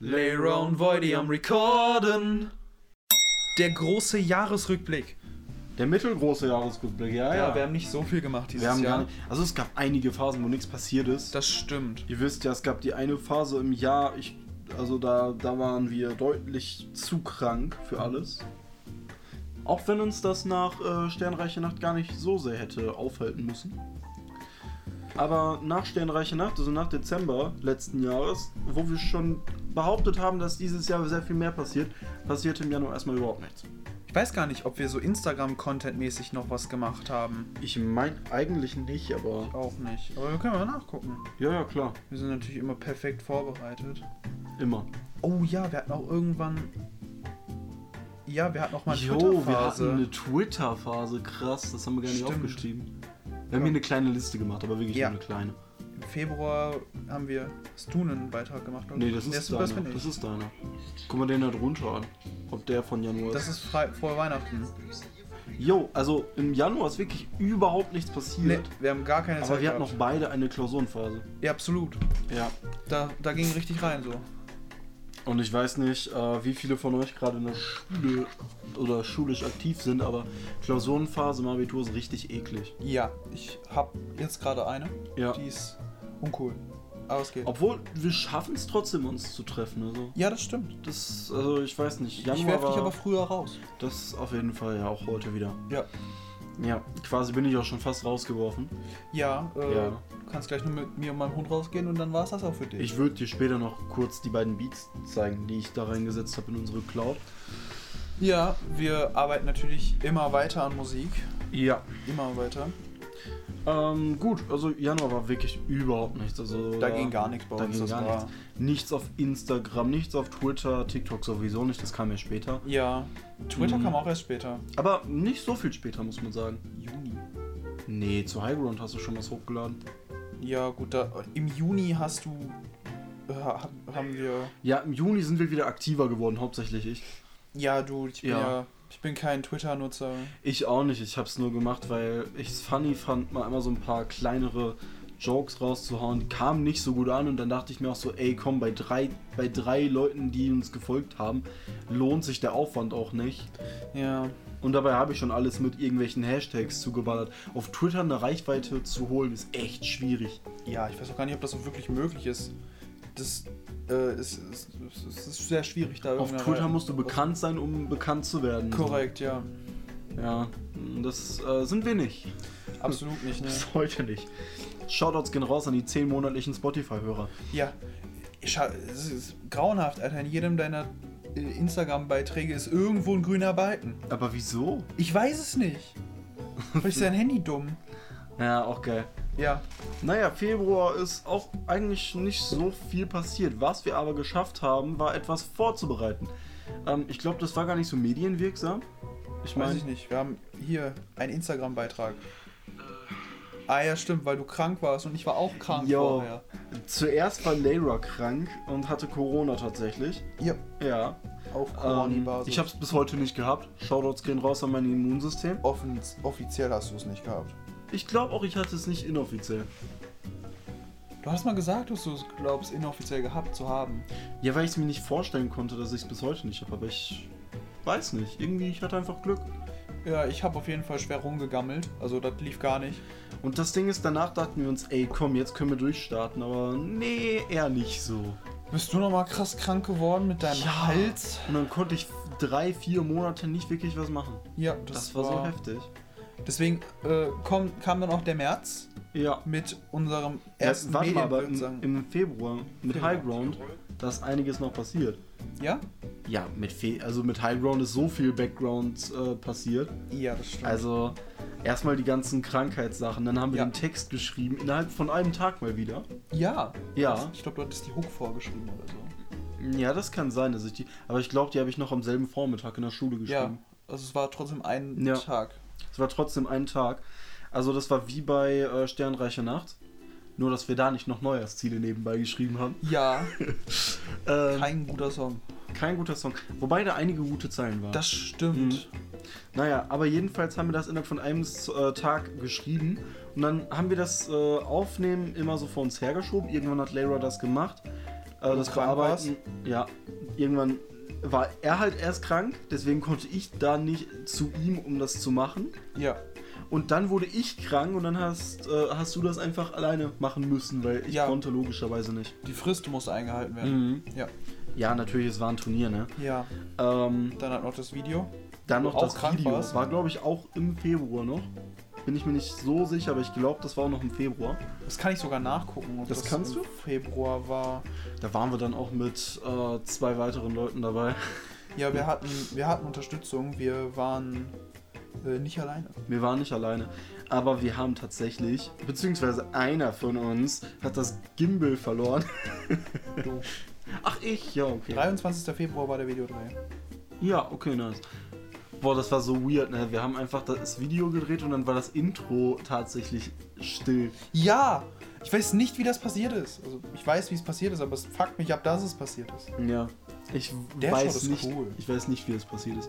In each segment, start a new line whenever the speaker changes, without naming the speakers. Lay round Voidy am Recorden. Der große Jahresrückblick.
Der mittelgroße Jahresrückblick, ja, ja.
Ja, wir haben nicht so viel gemacht dieses
Wir haben
Jahr.
gar nicht, also es gab einige Phasen, wo nichts passiert ist.
Das stimmt.
Ihr wisst ja, es gab die eine Phase im Jahr, ich, also da, da waren wir deutlich zu krank für alles. Auch wenn uns das nach äh, Sternreiche Nacht gar nicht so sehr hätte aufhalten müssen. Aber nach Sternreiche Nacht, also nach Dezember letzten Jahres, wo wir schon behauptet haben, dass dieses Jahr sehr viel mehr passiert, passierte im Januar erstmal überhaupt nichts.
Ich weiß gar nicht, ob wir so Instagram-Content-mäßig noch was gemacht haben.
Ich meine eigentlich nicht, aber.
Auch nicht. Aber wir können mal nachgucken.
Ja, ja, klar.
Wir sind natürlich immer perfekt vorbereitet.
Immer.
Oh ja, wir hatten auch irgendwann. Ja, wir hatten auch mal eine
Jo, wir hatten
Twitter-Phase.
eine Twitter-Phase, krass, das haben wir gar nicht
Stimmt.
aufgeschrieben. Wir haben hier eine kleine Liste gemacht, aber wirklich
Ja.
nur eine kleine.
Im Februar haben wir Stun einen Beitrag gemacht. oder?
Nee, das
Nee,
ist
das bin
deiner.
ich.
Das ist deiner. Guck mal den da drunter an. Ob der von Januar
Das
ist.
ist frei, vor Weihnachten.
Jo, also im Januar ist wirklich überhaupt nichts
Nee,
passiert.
wir haben gar keine
aber wir hatten
gehabt.
noch beide eine Klausurenphase.
Ja, absolut.
Ja.
Da, da ging richtig rein so.
Und ich weiß nicht, äh, wie viele von euch gerade in der Schule oder schulisch aktiv sind, aber Klausurenphase im Abitur ist richtig eklig.
Ja, ich hab jetzt gerade eine.
Ja.
Die ist uncool. Aber es geht.
Obwohl, wir schaffen es trotzdem, uns zu treffen. Also,
ja, das stimmt.
das, also ich weiß nicht.
ich werf
war-
dich aber früher raus.
Das auf jeden Fall ja auch heute wieder.
Ja.
Ja, quasi bin ich auch schon fast rausgeworfen.
Ja, äh,
Ja.
du kannst gleich nur mit mir und meinem Hund rausgehen und dann war's das auch für dich.
Ich würde dir später noch kurz die beiden Beats zeigen, die ich da reingesetzt habe in unsere Cloud.
ja, wir arbeiten natürlich immer weiter an Musik.
Ja.
Immer weiter.
Ähm, gut, also Januar war wirklich überhaupt nichts. Also,
Da ging gar nichts bei
da
uns,
Ging
das
gar
war-
nichts. nichts auf Instagram, nichts auf Twitter, TikTok sowieso nicht, das kam ja später.
Ja. Twitter
Mhm.
kam auch erst später.
Aber nicht so viel später, muss man sagen.
Juni.
Nee, zu Highground hast du schon was hochgeladen.
Ja, gut, da, im Juni hast du. äh, ha- haben wir.
Ja, im Juni sind wir wieder aktiver geworden, hauptsächlich ich.
Ja, du, ich bin ja.
Ja.
ich bin kein Twitter-Nutzer.
Ich auch nicht. Ich hab's nur gemacht, weil ich es funny fand, mal immer so ein paar kleinere Jokes rauszuhauen. Die kamen nicht so gut an und dann dachte ich mir auch so, ey, komm, bei drei, bei drei Leuten, die uns gefolgt haben, lohnt sich der Aufwand auch nicht.
Ja.
Und dabei habe ich schon alles mit irgendwelchen Hashtags zugeballert. Auf Twitter eine Reichweite zu holen, ist echt schwierig.
Ja, ich weiß auch gar nicht, ob das so wirklich möglich ist. Das äh, ist, ist, ist, ist sehr schwierig da
Auf
irgendeine
Twitter
Reihe-
musst du bekannt sein, um bekannt zu werden.
Korrekt, ja.
Ja, das äh, sind wir nicht.
Absolut nicht, ne?
Bis heute nicht. Shoutouts gehen raus an die 10 monatlichen Spotify-Hörer.
Ja. Ich, scha- es ist grauenhaft, Alter. In jedem deiner äh, Instagram-Beiträge ist irgendwo ein grüner Balken.
Aber wieso?
Ich weiß es nicht. Vielleicht ist dein Handy dumm.
Ja, auch geil.
Ja.
Naja, Februar ist auch eigentlich nicht so viel passiert. Was wir aber geschafft haben, war etwas vorzubereiten. Ähm, ich glaube, das war gar nicht so medienwirksam. Ich
Weiß
meine,
ich nicht. Wir haben hier einen Instagram-Beitrag. Ah ja, stimmt, weil du krank warst und ich war auch krank
Jo.
vorher.
zuerst war Leira krank und hatte Corona tatsächlich.
Ja,
Ja.
auf
Ähm,
Corona-Basis.
ich habe es bis heute nicht gehabt. Shoutouts gehen raus an mein Immunsystem.
Offen, offiziell hast du es nicht gehabt.
Ich glaube auch, ich hatte es nicht inoffiziell.
Du hast mal gesagt, dass du es glaubst, inoffiziell gehabt zu haben.
Ja, weil ich es mir nicht vorstellen konnte, dass ich es bis heute nicht habe. Aber ich weiß nicht. Irgendwie, ich hatte einfach Glück.
Ja, ich habe auf jeden Fall schwer rumgegammelt. Also das lief gar nicht.
Und das Ding ist, danach dachten wir uns, ey, komm, jetzt können wir durchstarten, aber nee, eher nicht so.
Bist du nochmal krass krank geworden mit deinem
Ja.
Hals?
Und dann konnte ich drei, vier Monate nicht wirklich was machen.
Ja,
Das,
das,
war so heftig.
Deswegen äh, komm, kam dann auch der März
Ja.
mit unserem ersten
ja, warte mal, aber
Medienwirksam-
im, im Februar mit
Februar.
Highground, da ist einiges noch passiert.
Ja?
Ja, mit Fe also mit Highground ist so viel Background äh, passiert.
Ja, das stimmt.
Also erstmal die ganzen Krankheitssachen, dann haben wir
Ja.
den Text geschrieben, innerhalb von einem Tag mal wieder.
ja.
Ja.
Ich glaube, du hattest die Hook vorgeschrieben oder so.
Ja, das kann sein, dass ich die. Aber ich glaube, die habe ich noch am selben Vormittag in der Schule geschrieben.
Ja. Also es war trotzdem ein
Ja.
Tag.
Es war trotzdem ein Tag. Also das war wie bei äh, Sternreiche Nacht. Nur, dass wir da nicht noch Neujahrsziele nebenbei geschrieben haben.
Ja,
Ähm, kein,
kein guter Song.
guter Song. Wobei da einige gute Zeilen waren.
Das stimmt.
naja, aber jedenfalls haben wir das innerhalb von einem äh, Tag geschrieben. Und dann haben wir das äh, Aufnehmen immer so vor uns hergeschoben. Irgendwann hat Lara das gemacht. Also
du
das
krank
Bearbeiten, ja, irgendwann war er halt erst krank, deswegen konnte ich da nicht zu ihm, um das zu machen.
Ja,
Und dann wurde ich krank und dann hast, äh, hast du das einfach alleine machen müssen, weil ich
Ja. Mhm.
konnte logischerweise nicht.
die Frist muss eingehalten
Mhm.
werden. Ja.
Ja, natürlich, es war ein Turnier, ne?
Ja,
Ähm,
dann hat noch das Video.
dann
Wo
noch
auch
das
krank
Video.
warst.
War, glaube ich, auch im Februar noch. Bin ich mir nicht so sicher, aber ich glaube, das war auch noch im Februar.
Das kann ich sogar nachgucken. ob
Das kannst
im
du?
Februar war.
Da waren wir dann auch mit äh, zwei weiteren Leuten dabei.
Ja, wir hatten, wir hatten Unterstützung. Wir waren äh, nicht alleine.
Wir waren nicht alleine. Aber wir haben tatsächlich, beziehungsweise einer von uns hat das Gimbal verloren.
Du.
Ach, ich? Ja, okay.
23. Februar war der Videodreh.
Ja, okay, nice. Boah, das war so weird, ne? Wir haben einfach das Video gedreht und dann war das Intro tatsächlich still.
Ja! Ich weiß nicht, wie das passiert ist. Also, ich weiß, wie es passiert ist, aber es fuckt mich ab, dass es passiert ist.
Ja. Ich
Der Shot
weiß
ist
nicht,
cool.
ich weiß nicht, wie das passiert ist.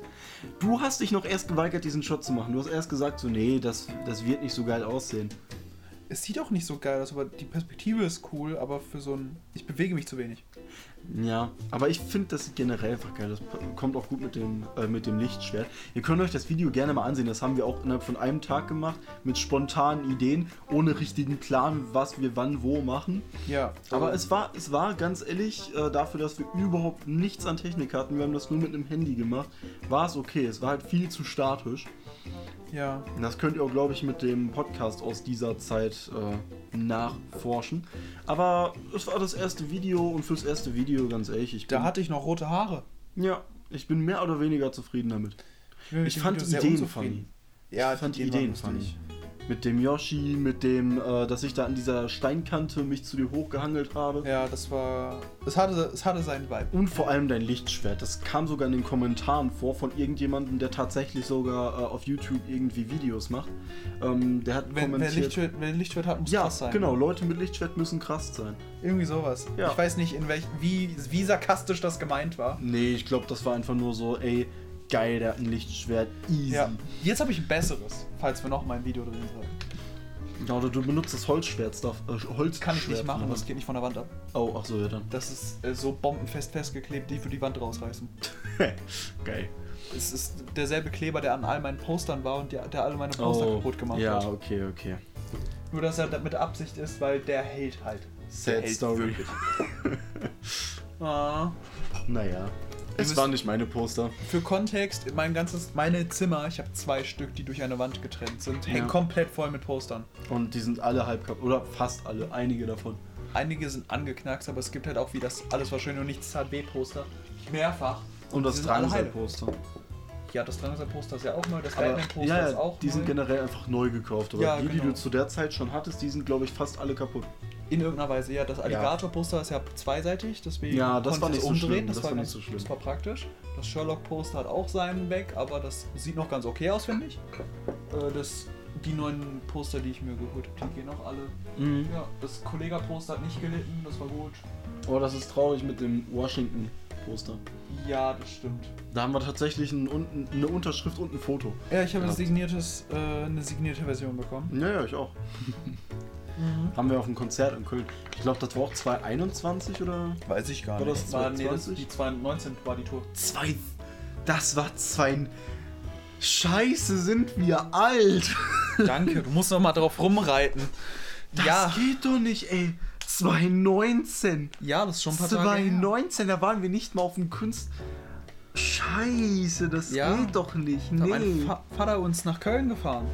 Du hast dich noch erst geweigert, diesen Shot zu machen. Du hast erst gesagt, so, nee, das, das wird nicht so geil aussehen.
Es sieht auch nicht so geil aus, aber die Perspektive ist cool, aber für so ein. Ich bewege mich zu wenig.
Ja, aber ich finde das sieht generell einfach geil. Das kommt auch gut mit dem, äh, mit dem Lichtschwert. Ihr könnt euch das Video gerne mal ansehen. Das haben wir auch innerhalb von einem Tag gemacht. Mit spontanen Ideen, ohne richtigen Plan, was wir wann wo machen.
Ja.
Aber
also-
es war, es war ganz ehrlich, äh, dafür, dass wir überhaupt nichts an Technik hatten, wir haben das nur mit einem Handy gemacht, war es okay. Es war halt viel zu statisch.
Ja.
Und das könnt ihr auch, glaube ich, mit dem Podcast aus dieser Zeit äh, nachforschen. Aber es war das erste Video und fürs erste Video, ganz ehrlich, ich
Da
bin,
hatte ich noch rote Haare.
ja, ich bin mehr oder weniger zufrieden damit.
bin mit
Ich
dem
fand
Video
die
sehr
Ideen
unzufrieden.
funny.
Ja,
Ich fand die Ideen
waren lustig.
funny. Mit dem Yoshi, mit dem, äh, dass ich da an dieser Steinkante mich zu dir hochgehangelt habe.
Ja, das war. Es hatte, es hatte seinen Vibe.
Und vor allem dein Lichtschwert. Das kam sogar in den Kommentaren vor von irgendjemandem, der tatsächlich sogar äh, auf YouTube irgendwie Videos macht. Ähm, der hat
Wenn, wer,
kommentiert.
Lichtschwert, wer Lichtschwert hat, muss
ja,
krass sein. ne?
genau. Leute mit Lichtschwert müssen krass sein.
Irgendwie sowas.
Ja.
Ich weiß nicht, in welch, wie, wie sarkastisch das gemeint war.
Nee, ich glaube, das war einfach nur so, ey, geil, der hat ein Lichtschwert. Easy.
Ja. Jetzt habe ich ein besseres, falls wir noch mal ein Video drehen sollen.
Ja, oder Genau, du benutzt das Holzschwert. Stuff, äh, Holzschwert
Kann ich nicht machen,
ne?
das geht nicht von der Wand ab.
Oh, ach so, ja dann.
Das ist äh, so bombenfest festgeklebt, ich würde die Wand rausreißen.
geil.
Es ist derselbe Kleber, der an all meinen Postern war und der, der alle meine Poster kaputt gemacht
Oh, ja,
hat.
okay, okay.
Nur, dass er das mit Absicht ist, weil der hält halt. Der
Sad
hält
Story.
wirklich. Ah.
Naja. Es
müsst-
waren nicht meine Poster.
Für Kontext, mein ganzes, meine Zimmer, ich habe zwei Stück, die durch eine Wand getrennt sind, hängen
Ja.
komplett voll mit Postern.
Und die sind alle halb kaputt. Oder fast alle, einige davon.
Einige sind angeknackst, aber es gibt halt auch wie das alles war schön und nichts tat weh Poster. Mehrfach.
Und
Die
das
sind alle heile.
Drangsal-Poster.
Ja, das Drangsal Poster ist ja auch neu, das
Aber-
Batman Poster
ja,
ist
ja,
auch
die
neu.
sind genau- generell einfach neu gekauft. Aber
Ja,
die, die
genau.
du zu der Zeit schon hattest, die sind, glaube ich, fast alle kaputt.
In irgendeiner Weise, ja, das Alligator Poster ist ja zweiseitig, deswegen
Ja, das
konnte
war
ich es
nicht so schlimm,
Das,
das
war
war nicht
ganz,
so schlimm.
Das war praktisch. Das Sherlock Poster hat auch seinen weg, aber das sieht noch ganz okay aus, finde ich. Äh, das, die neuen Poster, die ich mir geholt habe, die gehen auch alle Ja, das Kollega-Poster hat nicht gelitten, das war gut.
Oh, das ist traurig mit dem Washington-Poster.
Ja, das stimmt.
Da haben wir tatsächlich ein, unten- eine Unterschrift und ein Foto.
Ja, ich habe
Ja.
ein signiertes, äh, eine signierte Version bekommen.
Ja, ja, ich auch.
Mhm.
Haben wir auf einem Konzert in Köln. Ich glaube, das war auch 2021 oder?
Weiß ich gar
War das
Das war, nee, das,
2020?
die 2019 war die Tour.
Zwei. Das war zwei. Scheiße, sind wir alt.
Danke, du musst noch mal drauf rumreiten.
Das
ja,
geht doch nicht, ey. 2019.
ja, das ist schon ein paar Tage her.
2019, da waren wir nicht mal auf dem Kunst. Scheiße, das
Ja.
geht doch nicht.
Da hat
Nee.
mein Fa Vater uns nach Köln gefahren.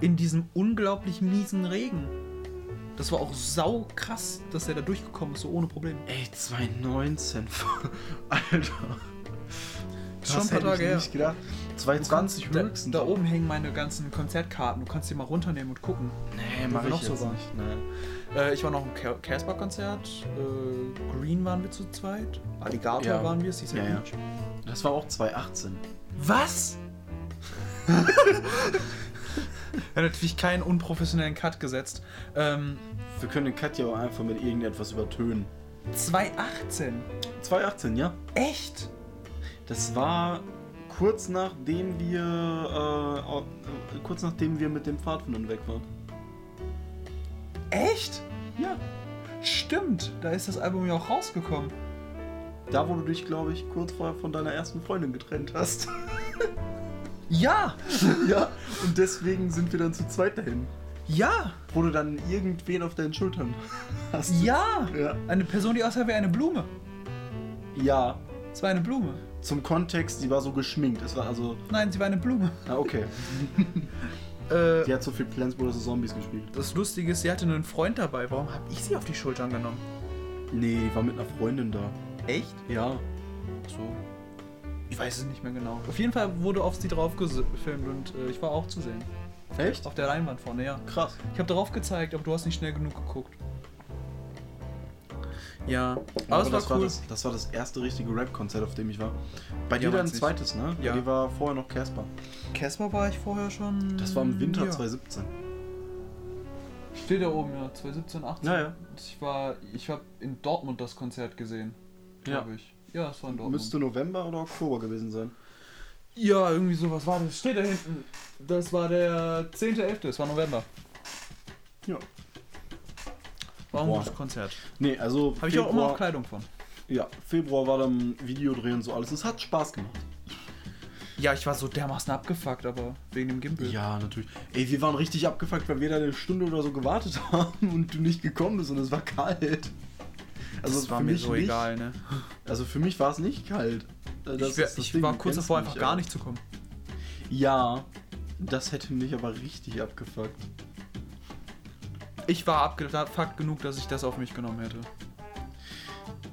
In diesem unglaublich miesen Regen. Das war auch sau krass, dass er da durchgekommen ist, so ohne Probleme.
Ey, 2019. Alter.
Schon ein paar
hätte ich
Tage her.
nicht gedacht. 2020
da,
höchstens.
da oben hängen meine ganzen Konzertkarten. Du kannst die mal runternehmen und gucken.
Nee,
Wo
mach
wir
ich
noch
noch
so
jetzt
waren.
nicht. Nein.
Äh, ich war noch im Ca- Casper-Konzert. Äh, Green waren wir zu zweit. Alligator
Ja.
waren wir. Cecil
Ja, ja.
Beach.
Das war auch 2018.
Was? Er hat natürlich keinen unprofessionellen Cut gesetzt. Ähm,
Wir können den Cut ja auch einfach mit irgendetwas übertönen.
2018.
2018, ja.
Echt?
Das war kurz nachdem wir äh, au- äh, kurz nachdem wir mit dem Pfadfindern weg waren.
Echt?
Ja.
Stimmt, da ist das Album ja auch rausgekommen.
Da, wo du dich, glaube ich, kurz vorher von deiner ersten Freundin getrennt hast.
Ja!
ja, und deswegen sind wir dann zu zweit dahin.
Ja!
Wo du dann irgendwen auf deinen Schultern hast.
Ja!
Ja.
Eine Person, die aussah wie eine Blume.
Ja.
Es war eine Blume.
Zum Kontext, sie war so geschminkt. Es war also.
Nein, sie war eine Blume.
Ah, okay.
Äh,
Die hat so viel Plants vs. Zombies gespielt.
Das Lustige ist, sie hatte einen Freund dabei. Warum habe ich sie auf die Schultern genommen?
Nee, war mit einer Freundin da.
Echt?
Ja.
So. Ich weiß es nicht mehr genau. Auf jeden Fall wurde auf sie drauf ges- gefilmt und äh, ich war auch zu sehen.
Echt?
Auf der Leinwand vorne, ja.
Krass.
Ich habe darauf gezeigt, aber du hast nicht schnell genug geguckt. Ja, aber, es
das,
war cool.
das, das war das erste richtige Rap-Konzert, auf dem ich war. Bei dir
Ja,
dann ein
weiß ich.
zweites, ne?
Ja.
Bei dir war vorher noch Casper.
Casper war ich vorher schon.
Das war im Winter
ja.
2017.
Steht da oben, ja. 2017, 18.
Naja.
Ich war, ich habe in Dortmund das Konzert gesehen.
Ja.
glaub Ich. Ja, es war in Dortmund.
Müsste November oder Oktober gewesen sein.
Ja, irgendwie sowas war das. Steht da hinten. Das war der 10.11., es war November.
Ja.
War ein
Boah.
gutes Konzert.
Nee, also.
Habe ich auch immer noch Kleidung von.
Ja, Februar war dann Videodreh und so alles. Es hat Spaß gemacht.
Ja, ich war so dermaßen abgefuckt, aber wegen dem Gimbal.
Ja, natürlich. Ey, wir waren richtig abgefuckt, weil wir da eine Stunde oder so gewartet haben und du nicht gekommen bist und es war kalt. Also
das war
für
mir
mich
so
nicht,
egal, ne?
Also für mich war es nicht kalt. Äh, das
ich wär,
ist das
ich
Ding,
war
du
kurz
kennst
davor,
mich,
einfach gar
aber-
nicht zu kommen.
Ja, das hätte mich aber richtig abgefuckt.
Ich war abgefuckt genug, dass ich das auf mich genommen hätte.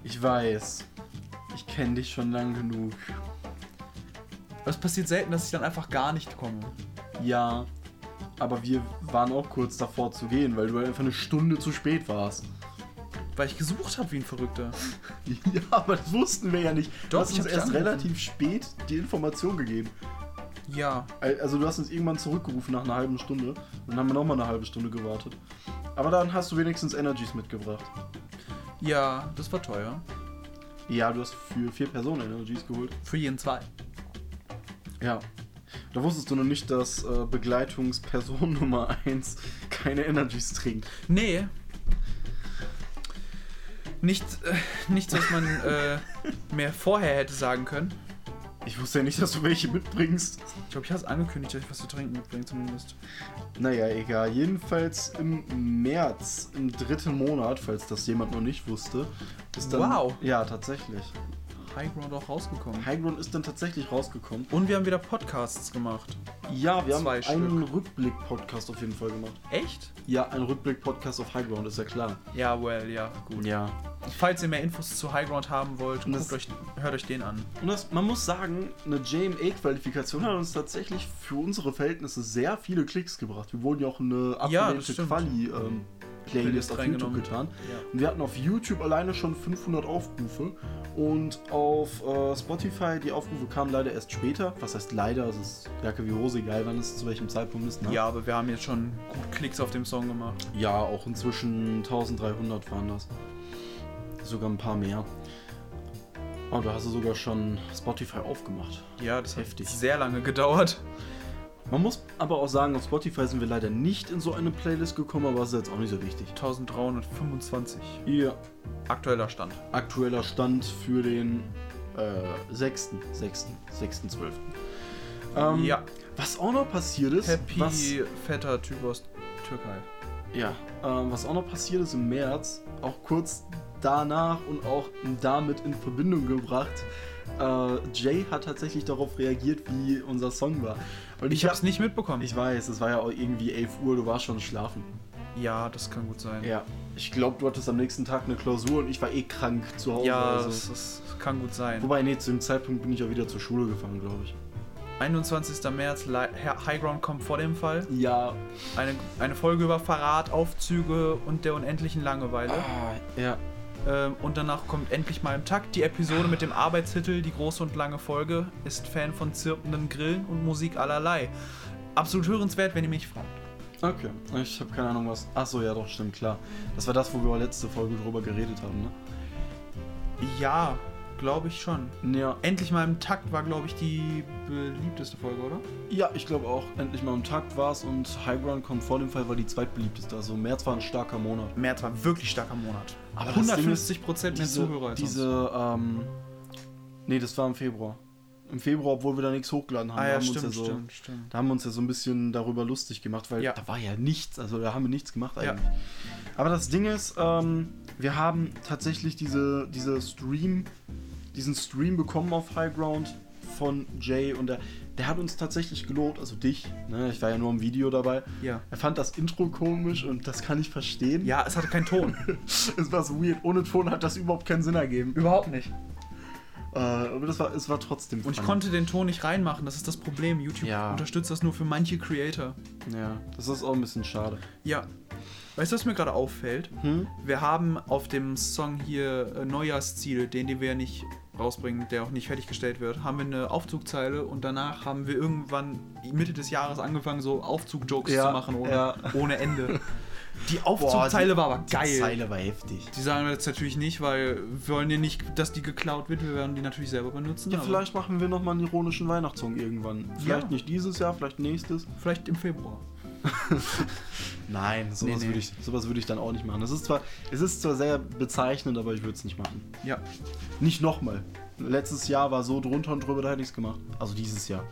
Ich weiß. Ich kenne dich schon lang genug.
Aber es passiert selten, dass ich dann einfach gar nicht komme.
Ja, aber wir waren auch kurz davor zu gehen, weil du halt einfach eine Stunde zu spät warst.
Weil ich gesucht habe wie ein Verrückter.
Ja, aber das wussten wir ja nicht. Du
Doch,
hast
ich
uns
hab dich
erst
angerufen.
relativ spät die Information gegeben.
Ja.
Al- Also du hast uns irgendwann zurückgerufen nach einer halben Stunde. Dann haben wir nochmal eine halbe Stunde gewartet. Aber dann hast du wenigstens Energies mitgebracht.
Ja, das war teuer.
Ja, du hast für vier Personen Energies geholt.
Für jeden zwei.
Ja. Da wusstest du noch nicht, dass äh, Begleitungsperson Nummer 1 keine Energies trinkt.
Nee. Nicht, äh, nichts, was man äh, mehr vorher hätte sagen können.
Ich wusste ja nicht, dass du welche mitbringst.
Ich glaube, ich habe es angekündigt, dass ich was zu trinken mitbringe zumindest.
Naja, egal. Jedenfalls im März, im dritten Monat, falls das jemand noch nicht wusste, ist dann.
Wow.
Ja, tatsächlich.
Highground auch rausgekommen.
Highground ist dann tatsächlich rausgekommen.
Und wir haben wieder Podcasts gemacht.
Ja, wir haben
Zwei
einen Rückblick-Podcast auf jeden Fall gemacht.
Echt?
Ja, ein Rückblick-Podcast auf Highground, ist ja klar.
Ja, well, ja, gut.
Ja.
Falls ihr mehr Infos zu Highground haben wollt,
Und das-
guckt euch, hört euch den an.
Und das, man muss sagen, eine JMA-Qualifikation hat uns tatsächlich für unsere Verhältnisse sehr viele Klicks gebracht. Wir wurden ja auch in eine
Ja, das
abgelehnte
stimmt. Mhm.
Quali-Playlist
Playlist
auf YouTube
reingenommen.
getan.
Ja.
Und wir hatten auf YouTube alleine schon 500 Aufrufe und auf äh, Spotify, die Aufrufe kamen leider erst später. Was heißt leider? Es ist Jacke wie Hose, egal wann es zu welchem Zeitpunkt ist. Ne?
Ja, aber wir haben jetzt schon gut Klicks auf dem Song gemacht.
ja, auch inzwischen 1300 waren das. Sogar ein paar mehr. Oh, da hast du sogar schon Spotify aufgemacht.
Ja, das
Heftig.
hat sehr lange gedauert.
Man muss aber auch sagen, auf Spotify sind wir leider nicht in so eine Playlist gekommen, aber es ist jetzt auch nicht so wichtig.
1325.
Ihr
Aktueller Stand.
aktueller Stand für den äh, 6. 6. 6. 12. Ähm,
ja.
Was auch noch passiert ist,
Happy,
was,
fetter Typ aus Türkei.
ja, ähm, was auch noch passiert ist im März, auch kurz danach und auch damit in Verbindung gebracht, äh, Jay hat tatsächlich darauf reagiert, wie unser Song war. Und
Ich hab's nicht mitbekommen.
ich weiß, es war ja auch irgendwie 11 Uhr, du warst schon schlafen.
ja, das kann gut sein.
Ja, ich glaube, du hattest am nächsten Tag eine Klausur und ich war eh krank zu Hause.
Ja, das,
also.
das kann gut sein.
Wobei, nee, zu dem Zeitpunkt bin ich auch wieder zur Schule gefahren, glaube ich.
21. März, Li- Herr Highground kommt vor dem Fall.
Ja.
Eine, eine Folge über Verrat, Aufzüge und der unendlichen Langeweile.
Ah, ja.
Ähm, und danach kommt endlich mal im Takt die Episode mit dem Arbeitstitel Die große und lange Folge ist Fan von zirpenden Grillen und Musik allerlei. Absolut hörenswert, wenn ihr mich fragt.
Okay. Ich habe keine Ahnung was. Achso, ja doch, stimmt, klar. Das war das, wo wir letzte Folge drüber geredet haben, ne?
Ja, Glaube ich schon.
Ja.
Endlich mal im Takt war, glaube ich, die beliebteste Folge, oder?
Ja, ich glaube auch, endlich mal im Takt war es und Highground kommt vor dem Fall war die zweitbeliebteste. Also März war ein starker Monat.
März war wirklich starker Monat.
Aber das Ding ist,
150 Prozent mehr Zuhörer
Diese,
als sonst.
diese ähm, nee, das war im Februar. Im Februar, obwohl wir da nichts hochgeladen haben,
Ah ja,
haben wir
stimmt,
uns ja so,
stimmt, stimmt.
da haben wir uns ja so ein bisschen darüber lustig gemacht, weil
Ja.
da war ja nichts, also da haben wir nichts gemacht
Ja.
eigentlich. Aber das Ding ist, ähm, wir haben tatsächlich diese, diese Stream, diesen Stream bekommen auf Highground von Jay und der, der hat uns tatsächlich gelobt, also dich, ne? ich war ja nur im Video dabei.
Ja.
Er fand das Intro komisch und das kann ich verstehen.
ja, es hatte keinen Ton.
Es war so weird. Ohne Ton hat das überhaupt keinen Sinn ergeben.
Überhaupt nicht.
Äh, aber das war, es war trotzdem
Und ich
fun.
konnte den Ton nicht reinmachen, das ist das Problem. YouTube
Ja.
unterstützt das nur für manche Creator.
Ja, das ist auch ein bisschen schade.
Ja. Weißt du, was mir gerade auffällt?
Hm?
Wir haben auf dem Song hier äh, Neujahrsziele, den, den wir nicht rausbringen, der auch nicht fertiggestellt wird, haben wir eine Aufzugzeile und danach haben wir irgendwann Mitte des Jahres angefangen, so Aufzug-Jokes
Ja,
zu machen ohne,
ja.
ohne Ende. Die Aufzugzeile war aber geil. Die,
Zeile war heftig.
sagen wir jetzt natürlich nicht, weil wir wollen ja nicht, dass die geklaut wird. Wir werden die natürlich selber benutzen.
Ja,
aber
vielleicht machen wir nochmal einen ironischen Weihnachtssong irgendwann. Vielleicht
Ja.
nicht dieses Jahr, vielleicht nächstes.
vielleicht im Februar.
Nein,
Nee,
sowas
nee.
würde ich, sowas würde ich dann auch nicht machen. Es ist zwar, es ist zwar sehr bezeichnend, aber ich würde es nicht machen.
Ja.
Nicht nochmal. Letztes Jahr war so drunter und drüber, da hätte ich es gemacht. Also dieses Jahr.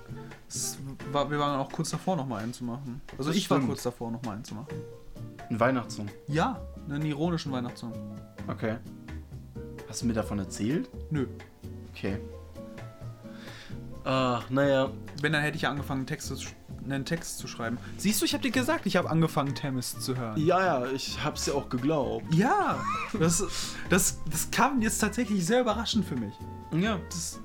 Es war, wir waren auch kurz davor, nochmal einen zu machen. Also
Das
ich war
stimmt.
kurz davor, nochmal einen zu machen.
Ein Weihnachtssong.
Ja, einen ironischen Weihnachtssong.
Okay. Hast du mir davon erzählt?
Nö.
Okay. Ach, naja.
Wenn, dann hätte ich ja angefangen, Texte zu, sch- einen Text zu schreiben. Siehst du, ich habe dir gesagt, ich habe angefangen, Temis zu hören.
Ja, ja, ich hab's ja auch geglaubt.
Ja, das, das, das kam jetzt tatsächlich sehr überraschend für mich.
Ja.
Das,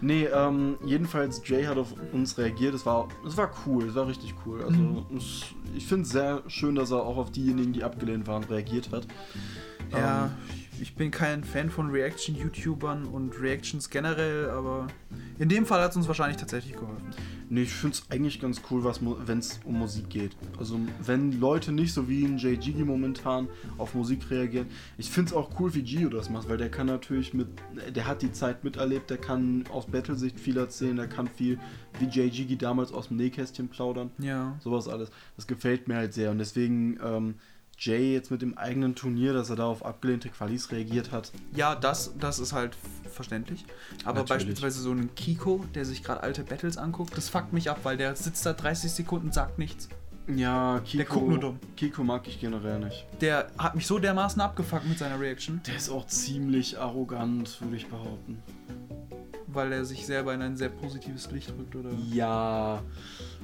Nee, ähm, jedenfalls, Jay hat auf uns reagiert. Es war, es war cool, es war richtig cool. Also,
Mhm.
es, ich finde es sehr schön, dass er auch auf diejenigen, die abgelehnt waren, reagiert hat.
ja,
Ähm,
ich- ich bin kein Fan von Reaction-YouTubern und Reactions generell, aber in dem Fall hat es uns wahrscheinlich tatsächlich geholfen.
nee, ich finde es eigentlich ganz cool, wenn es um Musik geht. Also, wenn Leute nicht so wie in Jay Gigi momentan auf Musik reagieren. Ich finde es auch cool, wie Gio das macht, weil der kann natürlich mit, der hat die Zeit miterlebt, der kann aus Battle-Sicht viel erzählen, der kann viel, wie Jay Gigi damals aus dem Nähkästchen plaudern.
Ja.
sowas alles. Das gefällt mir halt sehr. Und deswegen ähm, Jay jetzt mit dem eigenen Turnier, dass er da auf abgelehnte Qualis reagiert hat.
Ja, das, das ist halt f- verständlich. Aber
Natürlich.
beispielsweise so ein Kiko, der sich gerade alte Battles anguckt, das fuckt mich ab, weil der sitzt da 30 Sekunden, sagt nichts.
Ja, Kiko.
guckt nur dumm.
Kiko mag ich generell nicht.
Der hat mich so dermaßen abgefuckt mit seiner Reaction,
Der ist auch ziemlich arrogant, würde ich behaupten.
weil er sich selber in ein sehr positives Licht rückt, oder?
Ja,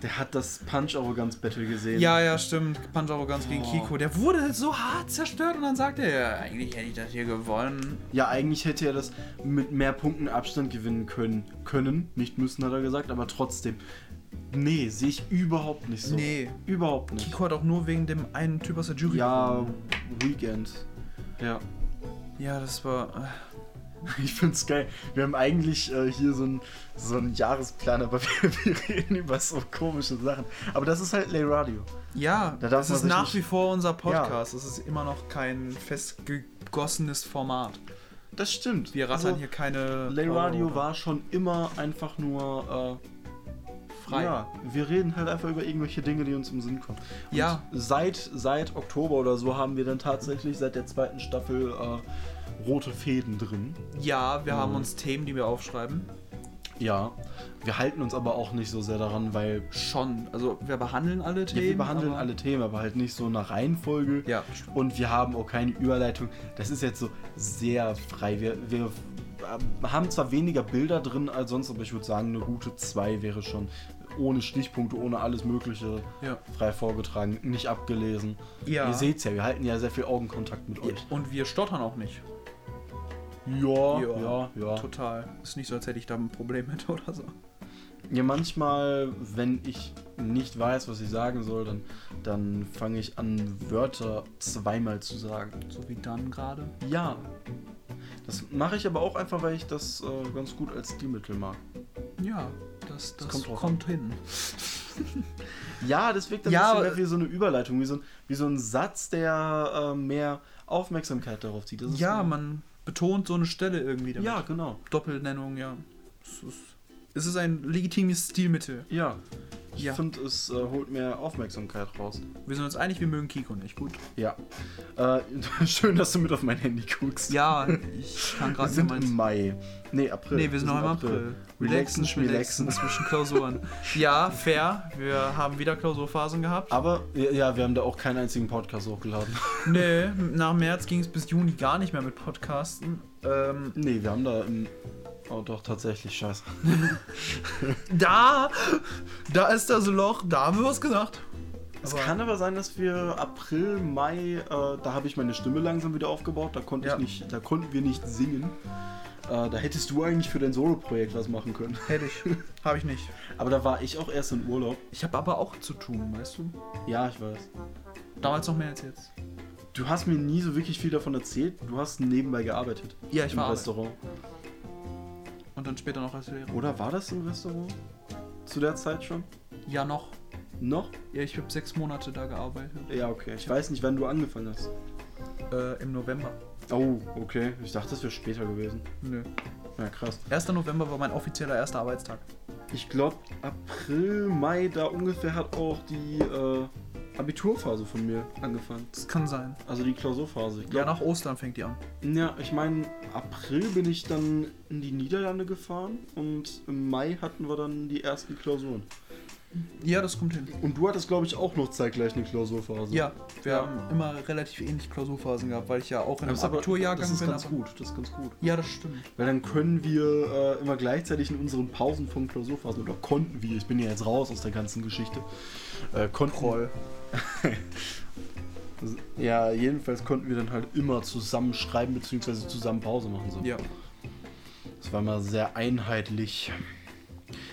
der hat das Punch-Arroganz-Battle gesehen.
Ja, ja, stimmt. Punch-Arroganz gegen
Boah.
Kiko. Der wurde so hart zerstört und dann sagt er, ja, eigentlich hätte ich das hier gewonnen.
Ja, eigentlich hätte er das mit mehr Punkten Abstand gewinnen können. Können, nicht müssen, hat er gesagt, aber trotzdem. Nee, sehe ich überhaupt nicht so.
Nee.
Überhaupt nicht.
Kiko hat auch nur wegen dem einen Typ aus der Jury
Ja,
gewonnen.
Weekend. Ja.
Ja, das war... äh,
Ich find's geil. Wir haben eigentlich äh, hier so einen so einen Jahresplan, aber wir, wir reden über so komische Sachen. Aber das ist halt Lay Radio.
Ja,
Da darf
das
man
ist
sich
nach
nicht-
wie vor unser Podcast. Es ist immer noch kein festgegossenes Format.
Das stimmt.
Wir rattern hier keine.
Also, Lay Radio
Vorwürfe.
war schon immer einfach nur äh,
Frei.
Ja, wir reden halt einfach über irgendwelche Dinge, die uns im Sinn kommen. Und
Ja.
Seit, seit Oktober oder so haben wir dann tatsächlich seit der zweiten Staffel äh, rote Fäden drin.
Ja, wir
Mhm.
haben uns Themen, die wir aufschreiben.
Ja. Wir halten uns aber auch nicht so sehr daran, weil
Schon. Also wir behandeln alle Themen.
wir behandeln
aber-
alle Themen, aber halt nicht so nach Reihenfolge.
Ja.
Und wir haben auch keine Überleitung. Das ist jetzt so sehr frei. Wir, wir haben zwar weniger Bilder drin als sonst, aber ich würde sagen, eine Route 2 wäre schon ohne Stichpunkte, ohne alles Mögliche
Ja.
frei vorgetragen, nicht abgelesen.
Ja.
Ihr seht's ja, wir halten ja sehr viel Augenkontakt mit euch.
Und wir stottern auch nicht.
Ja, ja, ja.
Total. Ist nicht so, als hätte ich da ein Problem mit oder so.
Ja, manchmal, wenn ich nicht weiß, was ich sagen soll, dann, dann fange ich an, Wörter zweimal zu sagen.
So wie dann gerade.
Ja. Das mache ich aber auch einfach, weil ich das äh, ganz gut als Stilmittel mag.
Ja, das, das,
kommt
kommt,
drauf
hin.
Ja, deswegen das
Ja,
ist
aber-
mehr wie so eine Überleitung, wie so ein, wie so ein Satz, der äh, mehr äh, Aufmerksamkeit darauf zieht. Das ist
Ja,
so-
man betont so eine Stelle irgendwie damit.
Ja, genau.
Doppelnennung, ja. Es ist, es ist ein legitimes Stilmittel.
Ja. Ich
Ja.
finde, es äh, holt mehr Aufmerksamkeit raus.
Wir sind uns einig, wir mögen Kiko nicht. Gut.
Ja. Äh, schön, dass du mit auf mein Handy guckst.
Ja, ich kann
Wir
gerade nicht
sind
meins.
im Mai. Nee, April.
Nee, wir sind noch im April.
Relaxen, schmilexen.
zwischen Klausuren. Ja, fair. Wir haben wieder Klausurphasen gehabt.
Aber, ja, ja, wir haben da auch keinen einzigen Podcast hochgeladen.
Nee, nach März ging es bis Juni gar nicht mehr mit Podcasten. Ähm,
nee, wir haben da im... Oh doch, tatsächlich, scheiße.
da, da ist das Loch, da haben wir was gesagt.
Es
Aber-
kann aber sein, dass wir April, Mai, äh, da habe ich meine Stimme langsam wieder aufgebaut, da konnte
Ja.
ich nicht, da konnten wir nicht singen. Äh, da hättest du eigentlich für dein Solo-Projekt was machen können.
Hätte ich. Habe ich nicht.
Aber da war ich auch erst in Urlaub.
Ich habe aber auch zu tun, weißt du?
Ja, ich weiß.
Damals noch mehr als jetzt.
Du hast mir nie so wirklich viel davon erzählt. Du hast nebenbei gearbeitet.
Ja, ich
Im
war arbeiten.
Restaurant.
Und dann später noch als Lehrer.
Oder war das im Restaurant? Zu der Zeit schon?
Ja, noch.
Noch?
Ja, ich habe sechs Monate da gearbeitet.
Ja, okay. Ich weiß nicht, wann du angefangen hast.
Äh, im November.
Oh, okay. Ich dachte, das wäre später gewesen.
Nö.
Ja, krass.
1. November war mein offizieller erster Arbeitstag.
Ich glaube, April, Mai, da ungefähr hat auch die äh, Abiturphase von mir angefangen.
Das kann sein.
Also die Klausurphase. Ich
Ja,
glaub,
nach Ostern fängt die an.
Ja, ich meine, April bin ich dann in die Niederlande gefahren und im Mai hatten wir dann die ersten Klausuren.
Ja, das kommt hin.
Und du hattest, glaube ich, auch noch zeitgleich eine Klausurphase.
Ja, wir
Ja.
haben immer relativ ähnlich Klausurphasen gehabt, weil ich ja auch in
Das
einem
ist aber-
Abiturjahrgang
Das ist
bin.
ganz
aber-
gut, das ist ganz gut.
Ja, das stimmt.
Weil dann können wir äh, immer gleichzeitig in unseren Pausen von Klausurphasen, oder konnten wir, ich bin ja jetzt raus aus der ganzen Geschichte, äh, konnten... Ja, jedenfalls konnten wir dann halt immer zusammen schreiben, beziehungsweise zusammen Pause machen. So.
Ja.
Das war immer sehr einheitlich.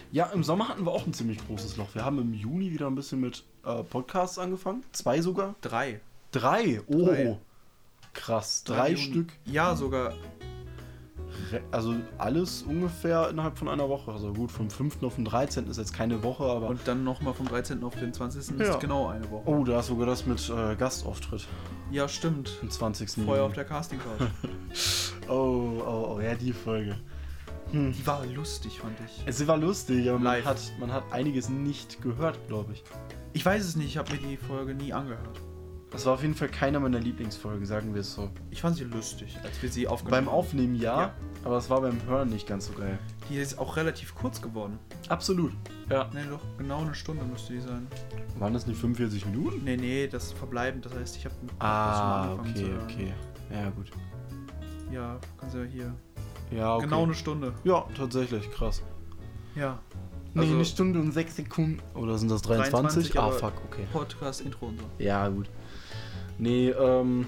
Ja, im Sommer hatten wir auch ein ziemlich großes Loch. Wir haben im Juni wieder ein bisschen mit äh, Podcasts angefangen. Zwei sogar.
Drei.
Drei. Oh.
Drei.
Krass. Drei,
Juni.
Stück.
Ja, sogar.
Re- Also alles ungefähr innerhalb von einer Woche. Also gut, vom 5. auf den 13. ist jetzt keine Woche, aber.
Und dann nochmal vom 13. auf den 20.
Ja.
ist genau eine Woche.
oh, da ist sogar das mit äh, Gastauftritt.
Ja, stimmt.
Am 20.
Feuer auf
Juni.
der Casting Couch.
Oh, oh, oh, ja, die Folge.
Die war lustig, fand ich.
Es war lustig, aber man
Live.
hat, man hat einiges nicht gehört, glaube ich.
Ich weiß es nicht, ich habe mir die Folge nie angehört.
Das war auf jeden Fall keiner meiner Lieblingsfolgen, sagen wir es so.
Ich fand sie lustig, als wir sie aufgenommen
Beim
haben.
Aufnehmen ja,
Ja.
aber es war beim Hören nicht ganz so geil.
Die ist auch relativ kurz geworden.
Absolut. Ja.
Nee, doch, genau eine Stunde müsste die sein.
Waren das nicht 45 Minuten?
Nee, nee, das ist verbleibend. Das heißt, ich habe
Ah, okay, okay. Ja, gut.
Ja, kannst du ja hier.
Ja, Ah, okay.
Genau eine Stunde.
ja, tatsächlich, krass.
Ja.
Nee,
Also-
eine Stunde und sechs Sekunden. Oder sind das 23?
23,
ah,
aber-
fuck, okay.
Podcast, Intro und so.
Ja, gut. Nee, ähm.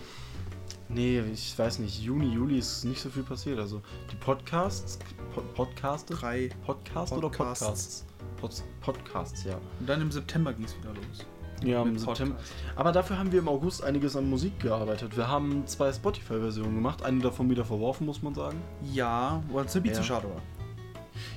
Nee, ich weiß nicht. Juni, Juli ist nicht so viel passiert. Also, die Podcasts. Po Podcaste?
Drei.
Podcast oder Podcasts?
Podcasts.
Pod Podcasts, ja.
Und dann im September ging es wieder los.
Ja, im
Mit
September.
Podcast.
Aber dafür haben wir im August einiges an Musik gearbeitet. Wir haben zwei Spotify-Versionen gemacht, eine davon wieder verworfen, muss man sagen.
Ja, weil es der Beat
Ja.
zu schade war.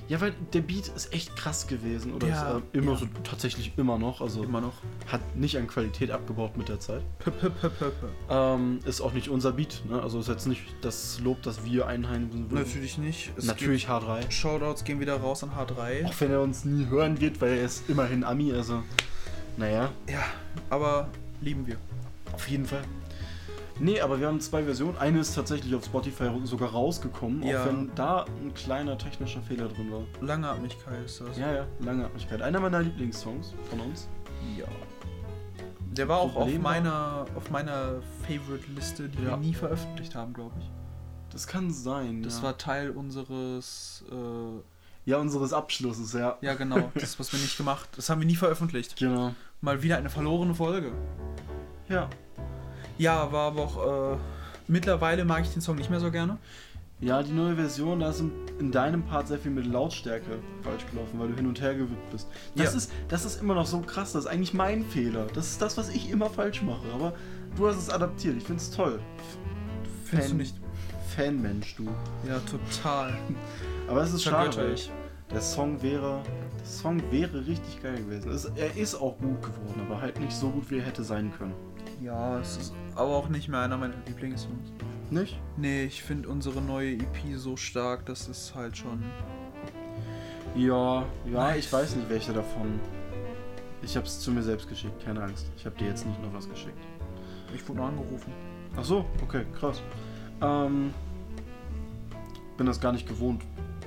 Ja, weil der Beat ist echt krass gewesen. Oder
Ja,
ist, äh, immer
ja.
so, tatsächlich immer noch. Also
Immer noch.
hat nicht an Qualität abgebaut mit der Zeit.
P -p -p -p -p.
Ähm, ist auch nicht unser Beat, ne? Also ist jetzt nicht das Lob, das wir einheimsen würden.
Natürlich nicht. Es
Hm. Natürlich H3.
Gibt Shoutouts gehen wieder raus an H3.
Auch wenn er uns nie hören wird, weil er ist immerhin Ami, also. Naja.
Ja, aber lieben wir.
Auf jeden Fall. Nee, aber wir haben zwei Versionen. Eine ist tatsächlich auf Spotify sogar rausgekommen, auch
Ja.
wenn da ein kleiner technischer Fehler drin war.
Langatmigkeit ist das.
Ja, ja, lange Abhängigkeit. Einer meiner Lieblingssongs von uns.
Ja. Der war auch auf
Problem war-
meiner, auf meiner Favorite-Liste, die
Ja.
wir nie veröffentlicht haben, glaube ich.
Das kann sein.
Das
ja.
war Teil unseres, äh,
ja unseres Abschlusses, ja.
ja genau, das, was wir nicht gemacht, das haben wir nie veröffentlicht.
Genau.
Mal wieder eine verlorene Folge.
Ja.
Ja, war aber auch, äh, mittlerweile mag ich den Song nicht mehr so gerne.
Ja, die neue Version, da ist in, in deinem Part sehr viel mit Lautstärke falsch gelaufen, weil du hin und her gewippt bist. Das,
Ja.
ist, das ist immer noch so krass, das ist eigentlich mein Fehler. Das ist das, was ich immer falsch mache. Aber du hast es adaptiert, ich find's toll.
Findest
Fan-
du nicht?
Fanmensch, du.
Ja, total.
Aber es ist schade.
Vergötter
weil
ich.
Der Song wäre. Der Song wäre richtig geil gewesen. Es, er ist auch gut geworden, aber halt nicht so gut, wie er hätte sein können.
Ja, es ist aber auch nicht mehr einer meiner Lieblingssongs.
Nicht?
Nee, ich finde unsere neue EP so stark, das ist halt schon.
Ja, ja, ich weiß nicht, welche davon. Ich hab's zu mir selbst geschickt, keine Angst. Ich hab dir jetzt nicht noch was geschickt.
Ich wurde nur angerufen.
Ach so, okay, krass. Ähm, bin das gar nicht gewohnt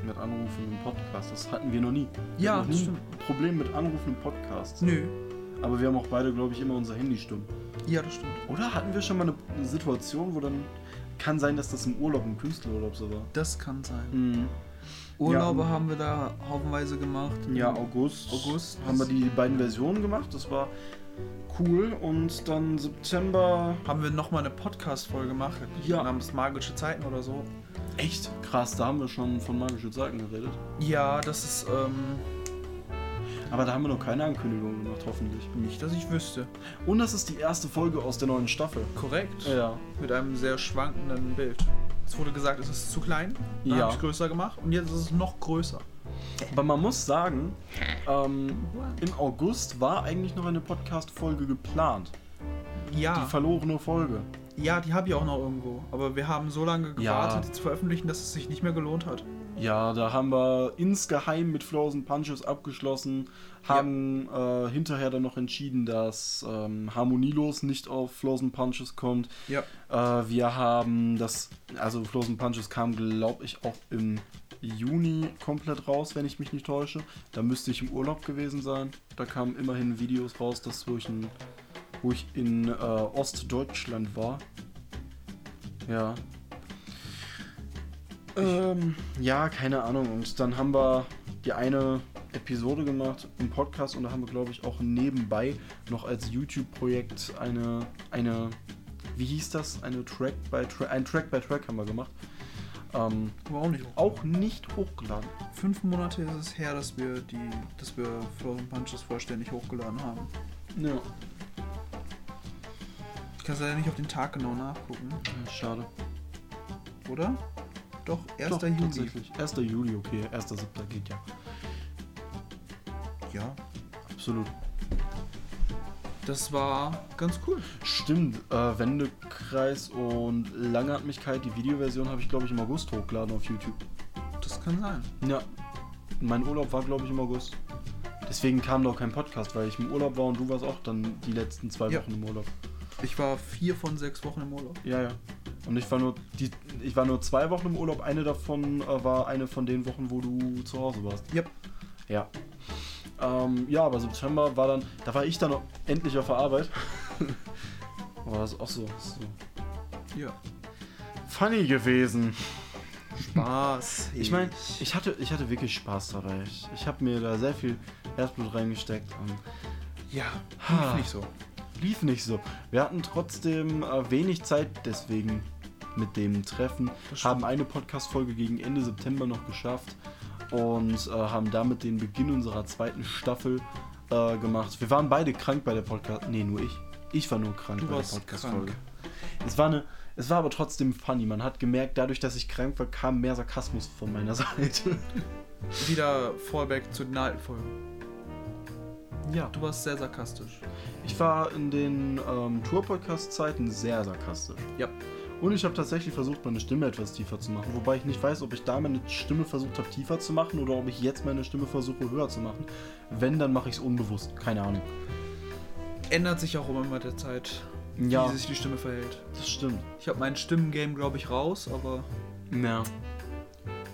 mit Anrufen im Podcast. Das hatten wir noch nie. Wir
Ja,
hatten noch
das
nie
stimmt.
ein Problem mit Anrufen im Podcast.
Nö.
Aber wir haben auch beide, glaube ich, immer unser Handy stumm.
Ja, das stimmt.
Oder hatten wir schon mal eine, eine Situation, wo dann. Kann sein, dass das im Urlaub, im Künstlerurlaub so war.
Das kann sein.
Mhm.
Urlaube
Ja.
haben wir da haufenweise gemacht.
Ja, Hm, August.
August.
Haben wir die beiden Versionen gemacht. Das war cool. Und dann September.
Haben wir nochmal eine Podcast-Folge gemacht.
Ja.
Namens Magische Zeiten oder so.
Echt krass, da haben wir schon von magische Zeiten geredet.
Ja, das ist, ähm,
Aber da haben wir noch keine Ankündigung gemacht, hoffentlich.
nicht, dass ich wüsste.
Und das ist die erste Folge aus der neuen Staffel.
Korrekt.
Ja.
Mit einem sehr schwankenden Bild. Es wurde gesagt, es ist zu klein. Dann
Ja.
habe ich es größer gemacht und jetzt ist es noch größer.
Aber man muss sagen, ähm, im August war eigentlich noch eine Podcast-Folge geplant. Die
Ja,
verlorene Folge.
ja, die habe ich auch noch irgendwo. Aber wir haben so lange
Ja.
gewartet, die zu veröffentlichen, dass es sich nicht mehr gelohnt hat.
Ja, da haben wir insgeheim mit Frozen Punches abgeschlossen, haben äh, hinterher dann noch entschieden, dass ähm, Harmonielos nicht auf Frozen Punches kommt.
Ja.
Äh, wir haben das, also Frozen Punches kam, glaube ich, auch im Juni komplett raus, wenn ich mich nicht täusche. Da müsste ich im Urlaub gewesen sein. Da kamen immerhin Videos raus, dass wo ich in, wo ich in äh, Ostdeutschland war. Ja. Ähm, ja, keine Ahnung. Und dann haben wir die eine Episode gemacht im Podcast und da haben wir, glaube ich, auch nebenbei noch als YouTube-Projekt eine, eine, wie hieß das? Eine Track by Track, ein Track by Track haben wir gemacht. Ähm,
Aber auch nicht hoch.
auch nicht hochgeladen.
Fünf Monate ist es her, dass wir die, dass wir Frozen Punches vollständig hochgeladen haben.
Ja.
Ich kann es leider nicht auf den Tag genau nachgucken,
Äh, Schade.
oder? Doch, 1.
Doch,
Juli.
Tatsächlich. 1. Juli, okay. 1. Siebter geht ja.
Ja.
Absolut.
Das war ganz cool.
Stimmt, äh, Wendekreis und Langatmigkeit, die Videoversion habe ich, glaube ich, im August hochgeladen auf YouTube.
Das kann sein.
Ja. Mein Urlaub war, glaube ich, im August. Deswegen kam da auch kein Podcast, weil ich im Urlaub war und du warst auch dann die letzten zwei
Ja.
Wochen im Urlaub.
Ich war vier von sechs Wochen im Urlaub.
Ja, ja. Und ich war nur die, ich war nur zwei Wochen im Urlaub. Eine davon äh, war eine von den Wochen, wo du zu Hause warst.
Yep.
Ja. Ähm, ja, aber September war dann, da war ich dann auch endlich auf der Arbeit. aber das ist auch so, so
Ja.
funny gewesen.
Spaß.
Ich meine, ich hatte, ich hatte wirklich Spaß dabei. Ich, ich habe mir da sehr viel Herzblut reingesteckt. Und
ja,
Ha.
lief nicht so.
lief nicht so. Wir hatten trotzdem äh, wenig Zeit, deswegen mit dem Treffen,
Das stimmt.
haben eine Podcast-Folge gegen Ende September noch geschafft und äh, haben damit den Beginn unserer zweiten Staffel äh, gemacht. Wir waren beide krank bei der Podcast... Nee, nur ich. Ich war nur krank
Du
bei der
warst
Podcast-Folge.
krank.
Es war eine... Es war aber trotzdem funny. Man hat gemerkt, dadurch, dass ich krank war, kam mehr Sarkasmus von meiner Seite.
Wieder Fallback zu den alten Folgen.
Ja.
Du warst sehr sarkastisch.
Ich war in den ähm, Tour-Podcast-Zeiten sehr sarkastisch.
Ja.
Und ich habe tatsächlich versucht, meine Stimme etwas tiefer zu machen. Wobei ich nicht weiß, ob ich da meine Stimme versucht habe, tiefer zu machen oder ob ich jetzt meine Stimme versuche, höher zu machen. Wenn, dann mache ich es unbewusst. Keine Ahnung.
Ändert sich auch immer mit der Zeit,
Ja,
wie sich die Stimme verhält.
das stimmt.
Ich habe mein Stimmengame, glaube ich, raus, aber
Ja.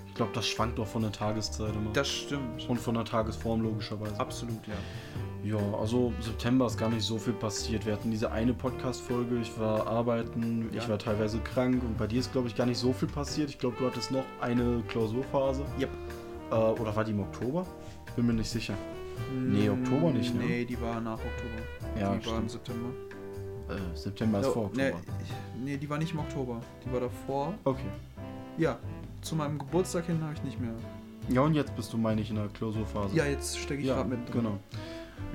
Ich glaube, das schwankt auch von der Tageszeit immer.
das stimmt.
Und von der Tagesform logischerweise.
Absolut, ja.
Ja, also September ist gar nicht so viel passiert. Wir hatten diese eine Podcast-Folge, ich war arbeiten,
Ja.
ich war teilweise krank und bei dir ist, glaube ich, gar nicht so viel passiert. Ich glaube, du hattest noch eine Klausurphase.
Yep.
Äh, oder war die im Oktober? Bin mir nicht sicher. Nee, Oktober nicht, ne?
Nee, die war nach Oktober.
Ja,
die ne. war im
stimmt.
September.
Äh, September ist
Ja,
vor Oktober.
nee, ich- nee, die war nicht im Oktober. Die war davor.
Okay.
Ja, zu meinem Geburtstag hin habe ich nicht mehr.
Ja, und jetzt bist du, meine ich, in der Klausurphase.
Ja, jetzt stecke ich
Also, ja
gerade mit drin.
genau.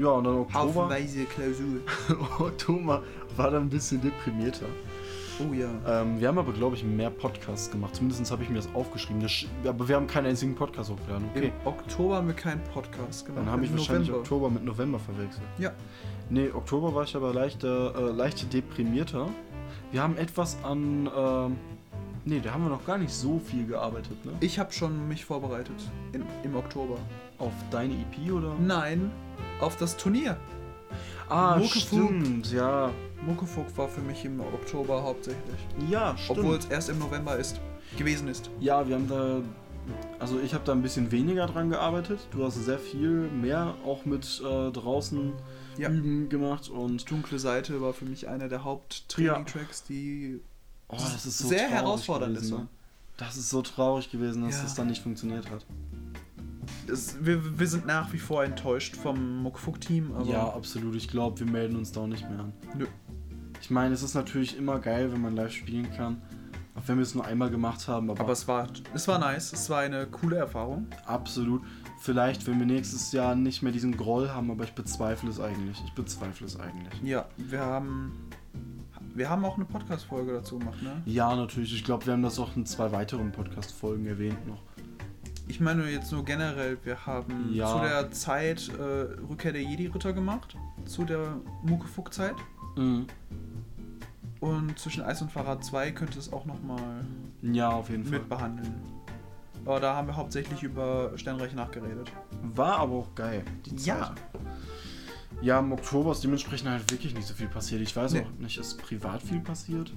Ja, und dann Oktober.
Haufenweise Klausur.
Oktober war dann ein bisschen deprimierter.
Oh ja.
Ähm, wir haben aber, glaube ich, mehr Podcasts gemacht. Zumindest habe ich mir das aufgeschrieben. Das sch- aber wir haben keinen einzigen Podcast hochgeladen. Okay.
Im Oktober haben wir keinen Podcast gemacht.
Dann habe ich
Im
wahrscheinlich
November.
Oktober mit November verwechselt.
Ja.
Nee, Oktober war ich aber leicht, äh, leicht deprimierter. Wir haben etwas an ähm, Nee, da haben wir noch gar nicht so viel gearbeitet, ne?
Ich habe schon mich vorbereitet. In, Im Oktober.
Auf deine EP oder?
Nein, auf das Turnier.
Ah,
Muckefug.
stimmt, ja.
Muckefuck war für mich im Oktober hauptsächlich.
Ja, stimmt.
Obwohl es erst im November ist. Gewesen ist.
ja, wir haben da. Also ich habe da ein bisschen weniger dran gearbeitet. Du hast sehr viel mehr auch mit äh, draußen
Ja.
üben gemacht und
Dunkle Seite war für mich einer der Haupt-Training-Tracks, die.
oh,
Das ist sehr
traurig
herausfordernd,
gewesen,
ist so.
ne? Das ist so traurig gewesen, dass
Ja.
das dann nicht funktioniert hat.
Es, wir, wir sind nach wie vor enttäuscht vom Muckfuck-Team, aber.
ja, absolut. Ich glaube, wir melden uns da auch nicht mehr an.
Nö.
Ich meine, es ist natürlich immer geil, wenn man live spielen kann. Auch wenn wir es nur einmal gemacht haben, aber,
Aber es war, es war nice, es war eine coole Erfahrung.
absolut. Vielleicht, wenn wir nächstes Jahr nicht mehr diesen Groll haben, aber ich bezweifle es eigentlich. Ich bezweifle es eigentlich.
Ja, wir haben. Wir haben auch eine Podcast-Folge dazu gemacht, ne?
Ja, natürlich. Ich glaube, wir haben das auch in zwei weiteren Podcast-Folgen erwähnt noch.
Ich meine jetzt nur generell, wir haben
Ja.
zu der Zeit äh, Rückkehr der Jedi-Ritter gemacht, zu der Muckefuck-Zeit.
Mhm.
Und zwischen Eis und Fahrrad 2 könnte es auch nochmal
Ja, auf jeden Fall.
mit behandeln. Aber da haben wir hauptsächlich über Sternreich nachgeredet.
War aber auch geil. Die Zeit.
Ja.
Ja, im Oktober ist dementsprechend halt wirklich nicht so viel passiert. Ich weiß
Nee.
auch nicht, ist privat viel passiert?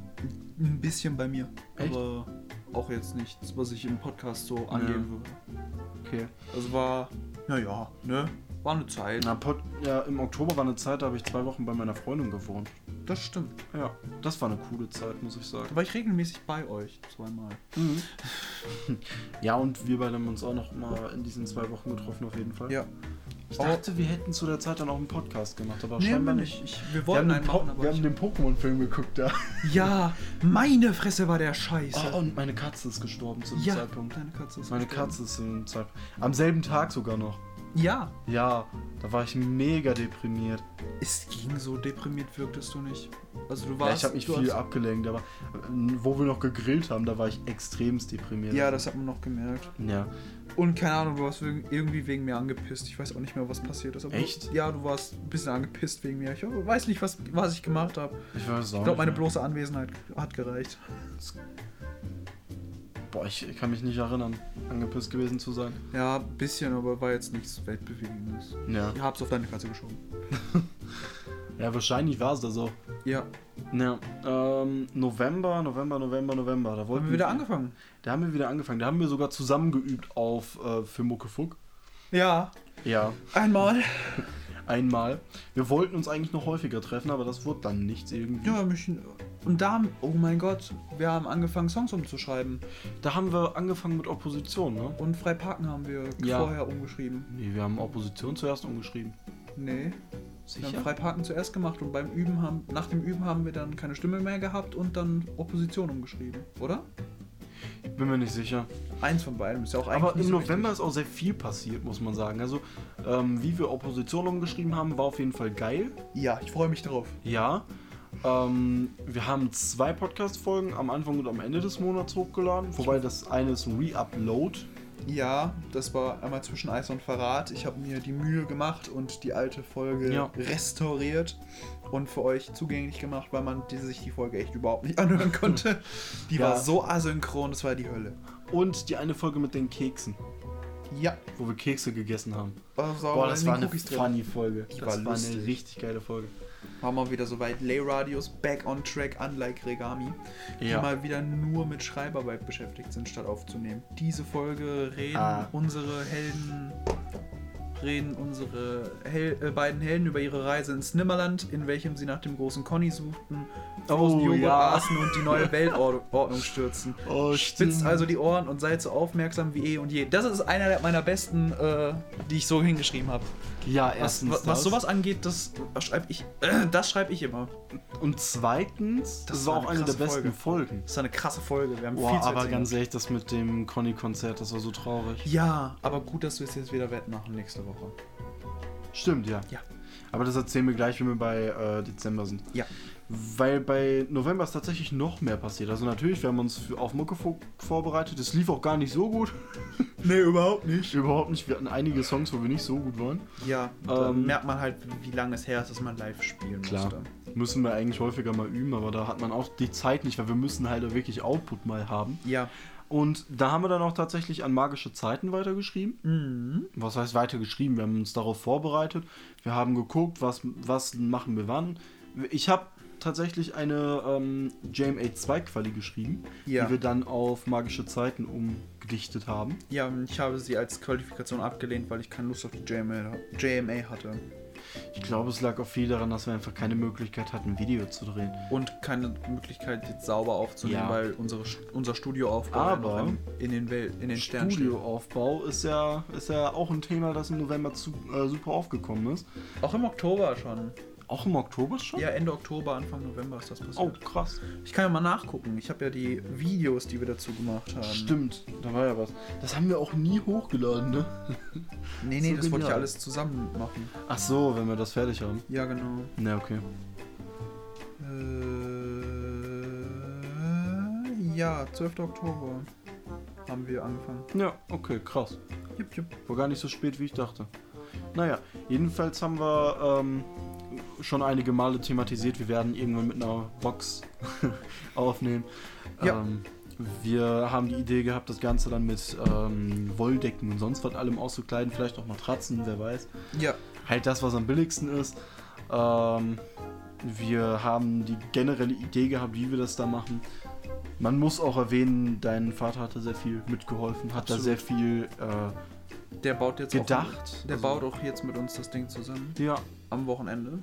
Ein bisschen bei mir.
Echt?
Aber auch jetzt nichts, was ich im Podcast so angeben würde.
Okay.
Also war, naja, ne? War eine Zeit.
Na, Pod ja, im Oktober war eine Zeit, da habe ich zwei Wochen bei meiner Freundin gewohnt.
Das stimmt.
Ja, das war eine coole Zeit, muss ich sagen.
Da war ich regelmäßig bei euch. Zweimal.
Ja, und wir beide haben uns auch noch mal in diesen zwei Wochen getroffen, auf jeden Fall.
Ja.
Ich dachte, wir hätten zu der Zeit dann auch einen Podcast gemacht, aber scheinbar
wir
nicht.
Ich, wir
Wir
wollten
haben, den
einen machen,
Po- wir
aber
haben
ich,
den Pokémon-Film geguckt da.
Ja, meine Fresse war der Scheiße.
Oh, und meine Katze ist gestorben zu dem
ja,
Zeitpunkt.
deine Katze ist
Meine
gestorben.
Katze ist zu dem Zeitpunkt. Am selben Tag sogar noch.
Ja,
Ja, da war ich mega deprimiert.
es ging so deprimiert wirktest du nicht. Also du
Ja,
warst
ich habe mich
du
viel
hast-
abgelenkt, aber äh, wo wir noch gegrillt haben, da war ich extremst deprimiert.
Ja, das hat man noch gemerkt.
Ja.
Und keine Ahnung, du warst wegen- irgendwie wegen mir angepisst. Ich weiß auch nicht mehr, was passiert ist. aber-
Echt?
Ja, du warst ein bisschen angepisst wegen mir. Ich weiß nicht, was, was ich gemacht habe.
Ich weiß auch
Ich glaube, meine
nicht mehr.
bloße Anwesenheit hat gereicht.
Boah, ich kann mich nicht erinnern, angepisst gewesen zu sein.
Ja, ein bisschen, aber war jetzt nichts Weltbewegendes.
Ja.
Ich hab's auf deine Katze geschoben.
Ja, wahrscheinlich war es das auch.
Ja,
Ja. Ähm, November, November, November, November. Da
haben
wollten
wir wieder angefangen.
Da haben wir wieder angefangen. Da haben wir sogar zusammengeübt auf äh, für Muckefuck.
Ja,
Ja.
einmal.
Einmal. Wir wollten uns eigentlich noch häufiger treffen, aber das wurde dann nichts irgendwie.
Ja, mich, und da haben, oh mein Gott, wir haben angefangen, Songs umzuschreiben.
Da haben wir angefangen mit Opposition, ne?
Und frei parken haben wir
Ja.
vorher umgeschrieben.
Nee, wir haben Opposition zuerst umgeschrieben.
Nee, wir haben frei parken zuerst gemacht und beim Üben haben, nach dem Üben haben wir dann keine Stimme mehr gehabt und dann Opposition umgeschrieben, oder?
Ich bin mir nicht sicher.
Eins von beidem ist ja auch eigentlich
Aber
nicht
im
so
November ist auch sehr viel passiert, muss man sagen. Also, ähm, wie wir Opposition umgeschrieben haben, war auf jeden Fall geil.
wichtig. Ja, ich freue mich drauf.
Ja. Ähm, wir haben zwei Podcast-Folgen am Anfang und am Ende des Monats hochgeladen. Wobei das eine ist ein Re-Upload.
Ja, das war einmal zwischen Eis und Verrat. Ich habe mir die Mühe gemacht und die alte Folge
Ja.
restauriert und für euch zugänglich gemacht, weil man die, sich die Folge echt überhaupt nicht anhören konnte. Die
Ja.
war so asynchron, das war die Hölle.
Und die eine Folge mit den Keksen,
Ja.
wo wir Kekse gegessen haben.
Also,
Boah, das war eine
Cookies drin.
funny Folge.
Die
das
war
war,
lustig.
eine richtig geile Folge.
War mal wieder soweit. Lay Radios back on track, unlike Regami. Die mal wieder nur mit Schreibarbeit beschäftigt sind, statt aufzunehmen. Diese Folge reden
Ah.
unsere Helden. Reden unsere Hel äh, beiden Helden über ihre Reise ins Nimmerland, in welchem sie nach dem großen Conny suchten, großen Joghurt
Oh, ja.
aßen und die neue Weltordnung stürzten.
Oh,
Spitzt also die Ohren und seid so aufmerksam wie eh und je. Das ist einer der- meiner besten, äh, die ich so hingeschrieben habe.
Ja,
Was,
erstens
was,
das.
was sowas angeht, das schreibe ich, äh, das schreibe ich immer.
Und zweitens, das,
Das
war
war
auch
eine
eine der
krasse
besten
Folge.
Folgen.
Das ist eine krasse Folge. Wir haben
Boah,
viel zu
aber
erzählen.
ganz e- ehrlich, das mit dem Conny-Konzert, das war so traurig.
Ja, aber gut, dass wir es jetzt wieder wettmachen nächste Woche.
Stimmt, ja.
Ja.
Aber das erzählen wir gleich, wenn wir bei äh, Dezember sind.
Ja.
Weil bei November ist tatsächlich noch mehr passiert. Also natürlich, wir haben uns für, auf Muckefuck vorbereitet. Es lief auch gar nicht so gut.
Nee, überhaupt nicht.
Überhaupt nicht. Wir hatten einige Songs, wo wir nicht so gut waren.
Ja, da
Ähm,
merkt man halt, wie lange es her ist, dass man live spielen
Klar.
musste.
Müssen wir eigentlich häufiger mal üben, aber da hat man auch die Zeit nicht, weil wir müssen halt wirklich Output mal haben.
Ja.
Und da haben wir dann auch tatsächlich an magische Zeiten weitergeschrieben.
Mhm.
Was heißt weitergeschrieben? Wir haben uns darauf vorbereitet. Wir haben geguckt, was, was machen wir wann. Ich habe tatsächlich eine ähm, JMA2-Quali geschrieben,
Ja.
die wir dann auf magische Zeiten umgedichtet haben.
Ja, und ich habe sie als Qualifikation abgelehnt, weil ich keine Lust auf die JMA, JMA hatte.
Ich glaube, es lag auch viel daran, dass wir einfach keine Möglichkeit hatten, ein Video zu drehen.
Und keine Möglichkeit, jetzt sauber aufzunehmen,
Ja.
weil unsere, unser Studioaufbau
Aber
ja noch im- in den, Wel in den Sternen steht.
Studioaufbau ist ja, ist ja auch ein Thema, das im November zu, äh, super aufgekommen ist.
Auch im Oktober
Hm?
schon.
Auch im Oktober schon?
Ja, Ende Oktober, Anfang November ist das passiert.
Oh, krass.
Ich kann ja mal nachgucken. Ich habe ja die Videos, die wir dazu gemacht haben.
Stimmt, da war ja was. Das haben wir auch nie hochgeladen, ne?
Nee, nee, das
So
wollte ich
genial.
alles zusammen machen.
Ach so, wenn wir das fertig haben.
Ja, genau.
Na, okay.
Äh, ja, 12. Oktober haben wir angefangen.
Ja, okay, krass.
Jupp, jupp.
War gar nicht so spät, wie ich dachte. Naja, jedenfalls haben wir ähm, schon einige Male thematisiert, wir werden irgendwann mit einer Box aufnehmen.
Ja.
Ähm, wir haben die Idee gehabt, das Ganze dann mit ähm, Wolldecken und sonst was allem auszukleiden, vielleicht auch Matratzen, wer weiß.
Ja,
Halt das, was am billigsten ist. Ähm, wir haben die generelle Idee gehabt, wie wir das da machen. Man muss auch erwähnen, dein Vater hat da sehr viel mitgeholfen, hat
Absolut.
da sehr viel äh,
der baut jetzt
gedacht.
auch. Der
Also,
baut auch jetzt mit uns das Ding zusammen.
Ja.
Am Wochenende.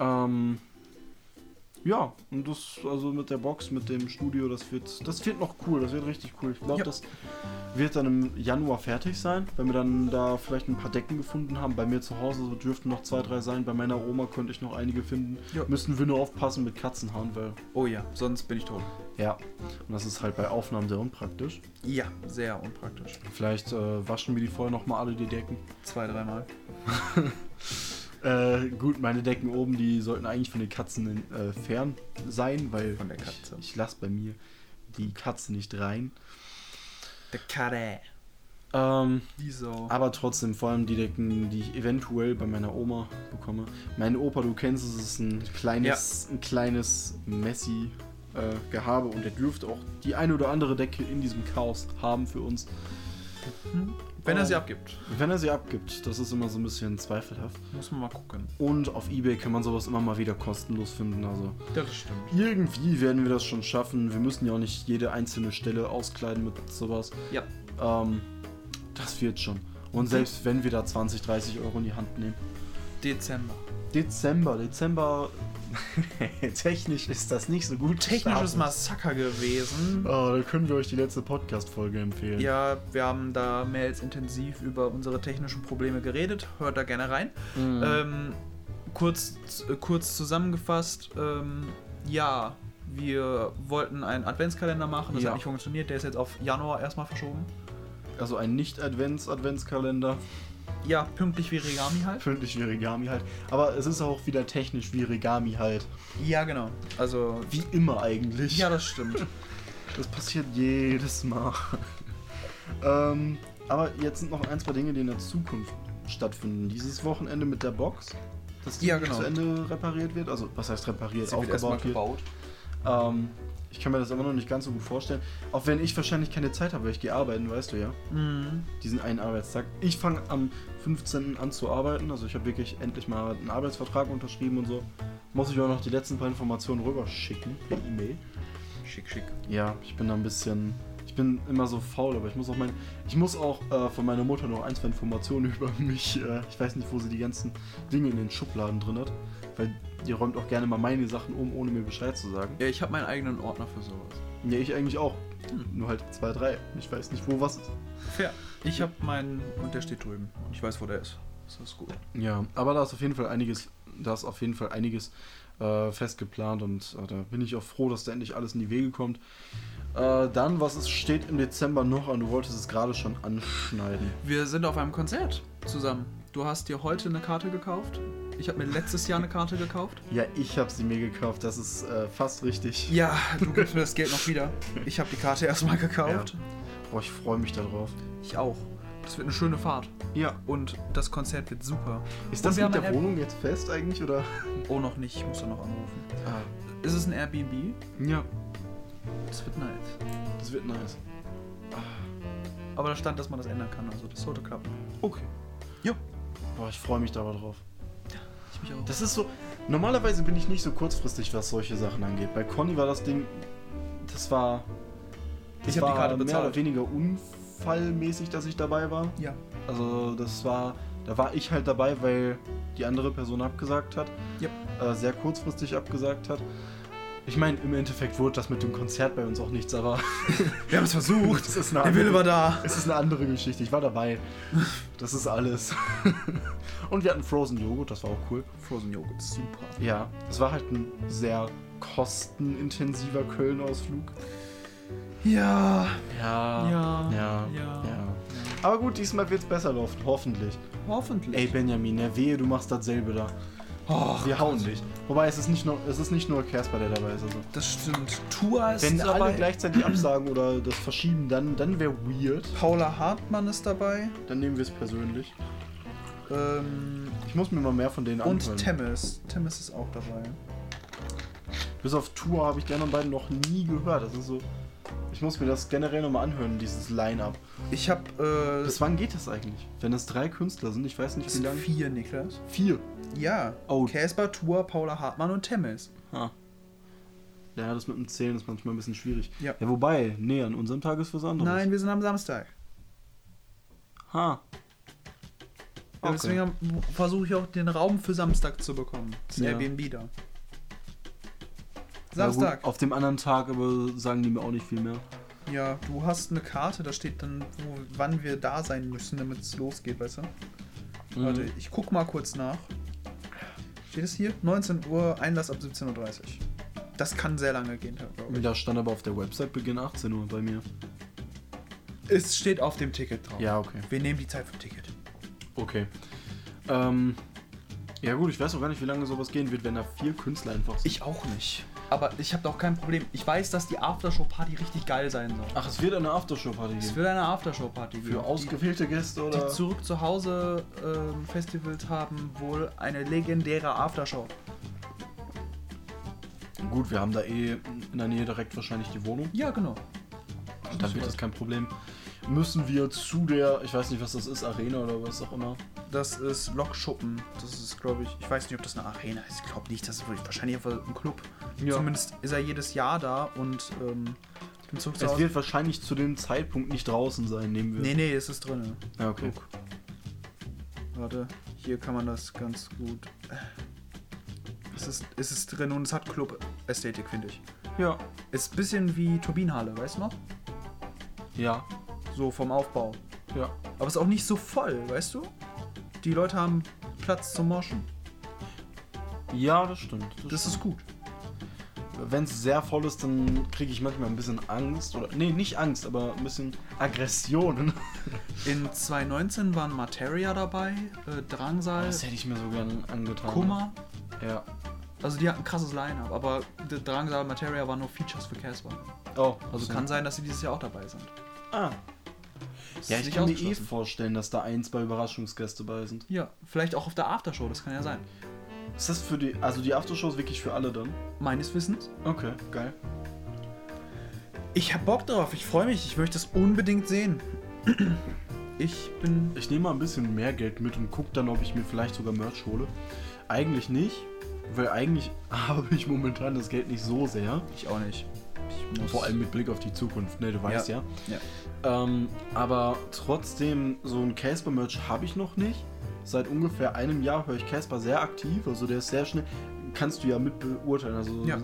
Ähm, ja, und das, also mit der Box, mit dem Studio, das wird, das wird noch cool, das wird richtig cool. Ich glaube,
Ja.
das wird dann im Januar fertig sein, wenn wir dann da vielleicht ein paar Decken gefunden haben. Bei mir zu Hause so dürften noch zwei, drei sein, bei meiner Oma könnte ich noch einige finden.
Ja.
Müssen wir nur aufpassen mit Katzenhaaren, weil.
Oh ja, sonst bin ich tot.
Ja. Und das ist halt bei Aufnahmen sehr unpraktisch.
Ja, sehr unpraktisch.
Vielleicht äh, waschen wir die vorher nochmal alle die Decken.
Zwei, dreimal.
Äh, gut, meine Decken oben, die sollten eigentlich von den Katzen äh, fern sein, weil
Von der Katze.
ich, ich lasse bei mir die Katze nicht rein.
Der Karre.
Ähm,
Die Sau.
aber trotzdem, vor allem die Decken, die ich eventuell bei meiner Oma bekomme. Mein Opa, du kennst es, ist ein kleines, ein kleines Messi. äh, Gehabe und er dürfte auch die eine oder andere Decke in diesem Chaos haben für uns.
Wenn er sie
ähm,
abgibt.
Wenn er sie abgibt, das ist immer so ein bisschen zweifelhaft.
Muss man mal gucken.
Und auf Ebay kann man sowas immer mal wieder kostenlos finden, also
Ja, das stimmt.
Irgendwie werden wir das schon schaffen. Wir müssen ja auch nicht jede einzelne Stelle auskleiden mit sowas.
Ja.
Ähm, das wird schon. Und selbst wenn wir da 20, 30 Euro in die Hand nehmen.
Dezember.
Dezember, Dezember. Technisch ist das nicht so gut.
Technisches
gestartet.
Massaker gewesen.
Ah, da können wir euch die letzte Podcast-Folge empfehlen.
Ja, wir haben da mehr als intensiv über unsere technischen Probleme geredet. Hört da gerne rein.
Mhm.
Ähm, kurz, z- äh, kurz zusammengefasst, ähm, ja, wir wollten einen Adventskalender machen, das
Ja.
hat nicht funktioniert, der ist jetzt auf Januar erstmal verschoben.
Also ein Nicht-Advents-Adventskalender.
Ja, pünktlich wie Regami halt.
Pünktlich wie Regami halt. Aber es ist auch wieder technisch wie Regami halt.
Ja, genau. Also,
Wie immer eigentlich.
ja, das stimmt.
Das passiert jedes Mal. ähm, aber jetzt sind noch ein, zwei Dinge, die in der Zukunft stattfinden. Dieses Wochenende mit der Box, dass die
Ja, genau.
zu Ende repariert wird. Also, was heißt repariert? aufgebaut wird.
gebaut.
Ähm, ich kann mir das immer noch nicht ganz so gut vorstellen. Auch wenn ich wahrscheinlich keine Zeit habe, weil ich gehe arbeiten, weißt du ja.
Mhm.
Diesen einen Arbeitstag. Ich fange am 15. an zu arbeiten. Also, ich habe wirklich endlich mal einen Arbeitsvertrag unterschrieben und so. Muss ich auch noch die letzten paar Informationen rüberschicken per E-Mail.
Schick, schick.
Ja, ich bin da ein bisschen. Ich bin immer so faul, aber ich muss auch mein. Ich muss auch äh, von meiner Mutter noch ein, zwei Informationen über mich. Äh, ich weiß nicht, wo sie die ganzen Dinge in den Schubladen drin hat. Weil die räumt auch gerne mal meine Sachen um, ohne mir Bescheid zu sagen.
Ja, ich habe meinen eigenen Ordner für sowas.
Ja, ich eigentlich auch. Nur halt zwei, drei. Ich weiß nicht, wo was ist.
Fair. Ich habe meinen und der steht drüben. Ich weiß, wo der ist. Das ist gut.
Ja, aber da ist auf jeden Fall einiges, da ist auf jeden Fall einiges äh, festgeplant und äh, da bin ich auch froh, dass da endlich alles in die Wege kommt. Äh, dann, was es steht im Dezember noch an? Du wolltest es gerade schon anschneiden.
Wir sind auf einem Konzert zusammen. Du hast dir heute eine Karte gekauft. Ich habe mir letztes Jahr eine Karte gekauft.
Ja, ich habe sie mir gekauft, das ist äh, fast richtig.
Ja, du gibst mir das Geld noch wieder. Ich habe die Karte erstmal gekauft.
Boah, ich freue mich darauf.
Ich auch. Das wird eine schöne Fahrt.
Ja.
Und das Konzert wird super.
Ist
Und
das
wir
mit
haben
der
ein
Wohnung jetzt fest eigentlich oder?
Oh, noch nicht. Ich muss da noch anrufen. Ist es ein Airbnb?
Ja,
Das wird nice.
das wird nice.
Aber da stand, dass man das ändern kann. Also das sollte klappen.
Okay. Ja. Boah, ich freue mich da mal drauf.
Ich mich auch.
Das ist so. Normalerweise bin ich nicht so kurzfristig, was solche Sachen angeht. Bei Conny war das Ding. Das war. Das
Ich hab die
war
Karte bezahlt.
Mehr oder weniger unfallmäßig, dass ich dabei war.
ja.
Also, das war. Da war ich halt dabei, weil die andere Person abgesagt hat.
Yep.
Äh, sehr kurzfristig abgesagt hat. Ich meine, im Endeffekt wurde das mit dem Konzert bei uns auch nichts, aber.
Wir haben es versucht.
Das ist eine
Der Wille
andere-
war da.
es ist eine andere Geschichte. Ich war dabei. Das ist alles. Und wir hatten Frozen Joghurt, das war auch cool.
Frozen Joghurt, super.
Ja, es war halt ein sehr kostenintensiver Köln-Ausflug.
Ja.
Ja.
Ja.
Ja.
Ja.
ja. Aber gut, diesmal wird's besser laufen, hoffentlich.
Hoffentlich.
Ey Benjamin, ne, wehe, du machst dasselbe da.
Och,
Wir hauen dich. Wobei es ist nicht nur, es ist nicht nur Casper, der dabei ist. Also.
das stimmt. Tour ist
Wenn
dabei.
alle gleichzeitig absagen oder das verschieben, dann, dann wäre weird.
Paula Hartmann ist dabei.
Dann nehmen wir es persönlich.
Ähm,
Ich muss mir mal mehr von denen
und
anhören.
Temmes. Temmes ist auch dabei.
Bis auf Tour habe ich die anderen beiden noch nie gehört. Das ist so. Ich muss mir das generell nochmal anhören, dieses Line-Up.
Ich hab äh,
Bis wann geht das eigentlich? Wenn es drei Künstler sind, ich weiß nicht
das
wie
sind
lange.
vier, Niklas.
Vier.
Ja.
Oh.
Casper, Tour, Paula Hartmann und Temmes.
Ha. Ja, das mit dem Zählen ist manchmal ein bisschen schwierig.
Ja.
ja wobei, nee, an unserem Tag ist was anderes.
Nein, wir sind am Samstag.
Ha.
Ja,
Okay.
Deswegen versuche ich auch den Raum für Samstag zu bekommen. Das
Ja.
Airbnb da.
Ja, gut,
Samstag.
auf dem anderen Tag aber sagen die mir auch nicht viel mehr.
Ja, du hast eine Karte, da steht dann, wo, wann wir da sein müssen, damit es losgeht, weißt du?
Mhm.
Warte, ich guck mal kurz nach. Steht es hier? 19 Uhr, Einlass ab 17.30 Uhr. Das kann sehr lange gehen, glaube ich.
Mhm. Da stand aber auf der Website Beginn 18 Uhr bei mir.
Es steht auf dem Ticket drauf.
Ja, okay.
Wir nehmen die Zeit vom Ticket.
Okay. Ähm. Ja gut, ich weiß auch gar nicht, wie lange sowas gehen wird, wenn da vier Künstler einfach sind.
Ich auch nicht. Aber ich habe da auch kein Problem. Ich weiß, dass die Aftershow-Party richtig geil sein soll.
Ach, es wird eine Aftershow-Party
Es
geben.
wird eine Aftershow-Party geben.
Für ausgewählte Gäste
Die,
oder?
die zurück zu Hause ähm, Festivals haben wohl eine legendäre Aftershow.
Gut, wir haben da eh in der Nähe direkt wahrscheinlich die Wohnung.
Ja, genau.
Dann wird das kein Problem. Müssen wir zu der, ich weiß nicht, was das ist, Arena oder was auch immer.
Das ist Lokschuppen. Das ist, glaube ich, ich weiß nicht, ob das eine Arena ist. Ich glaube nicht, das ist wirklich- wahrscheinlich einfach ein Club.
Ja.
Zumindest ist er jedes Jahr da und ähm, im Zug zu
Es
Hause.
wird wahrscheinlich zu dem Zeitpunkt nicht draußen sein, nehmen wir.
Nee, nee, es ist drin.
Ja, okay.
Guck. Warte, hier kann man das ganz gut. Es ist, es ist drin und es hat Club-Ästhetik, finde ich.
Ja.
Ist ein bisschen wie Turbinenhalle, weißt du noch?
Ja.
So vom Aufbau.
Ja.
Aber es ist auch nicht so voll, weißt du? Die Leute haben Platz zum Moschen.
Ja, das stimmt.
Das ist gut.
Wenn es sehr voll ist, dann kriege ich manchmal ein bisschen Angst. Oder, nee, nicht Angst, aber ein bisschen Aggressionen.
In 2019 waren Materia dabei, äh, Drangsal,
Das hätte ich mir so gerne angetan.
Kummer.
Ja.
Also die hatten ein krasses Line-Up, aber der Drangsal und Materia waren nur Features für Casper.
Oh,
Also kann sein, dass sie dieses Jahr auch dabei sind.
Ah.
Das
Ja,
ist
ich
nicht
kann mir eh
ausgeschlossen.
vorstellen, dass da ein, zwei Überraschungsgäste bei sind.
Ja, vielleicht auch auf der Aftershow, das kann ja sein.
Ist das für die, also die Aftershow ist wirklich für alle dann?
Meines Wissens.
Okay, geil.
Ich hab Bock drauf, ich freue mich, ich möchte das unbedingt sehen. Ich bin.
Ich nehme mal ein bisschen mehr Geld mit und guck dann, ob ich mir vielleicht sogar Merch hole. Eigentlich nicht, weil eigentlich habe ich momentan das Geld nicht so sehr.
Ich auch nicht. Ich muss.
Vor allem mit Blick auf die Zukunft, ne, du weißt ja.
Ja.
Ähm, aber trotzdem, so ein Casper-Merch habe ich noch nicht. Seit ungefähr einem Jahr höre ich Casper sehr aktiv, also der ist sehr schnell, kannst du ja mit beurteilen. Also
Ja.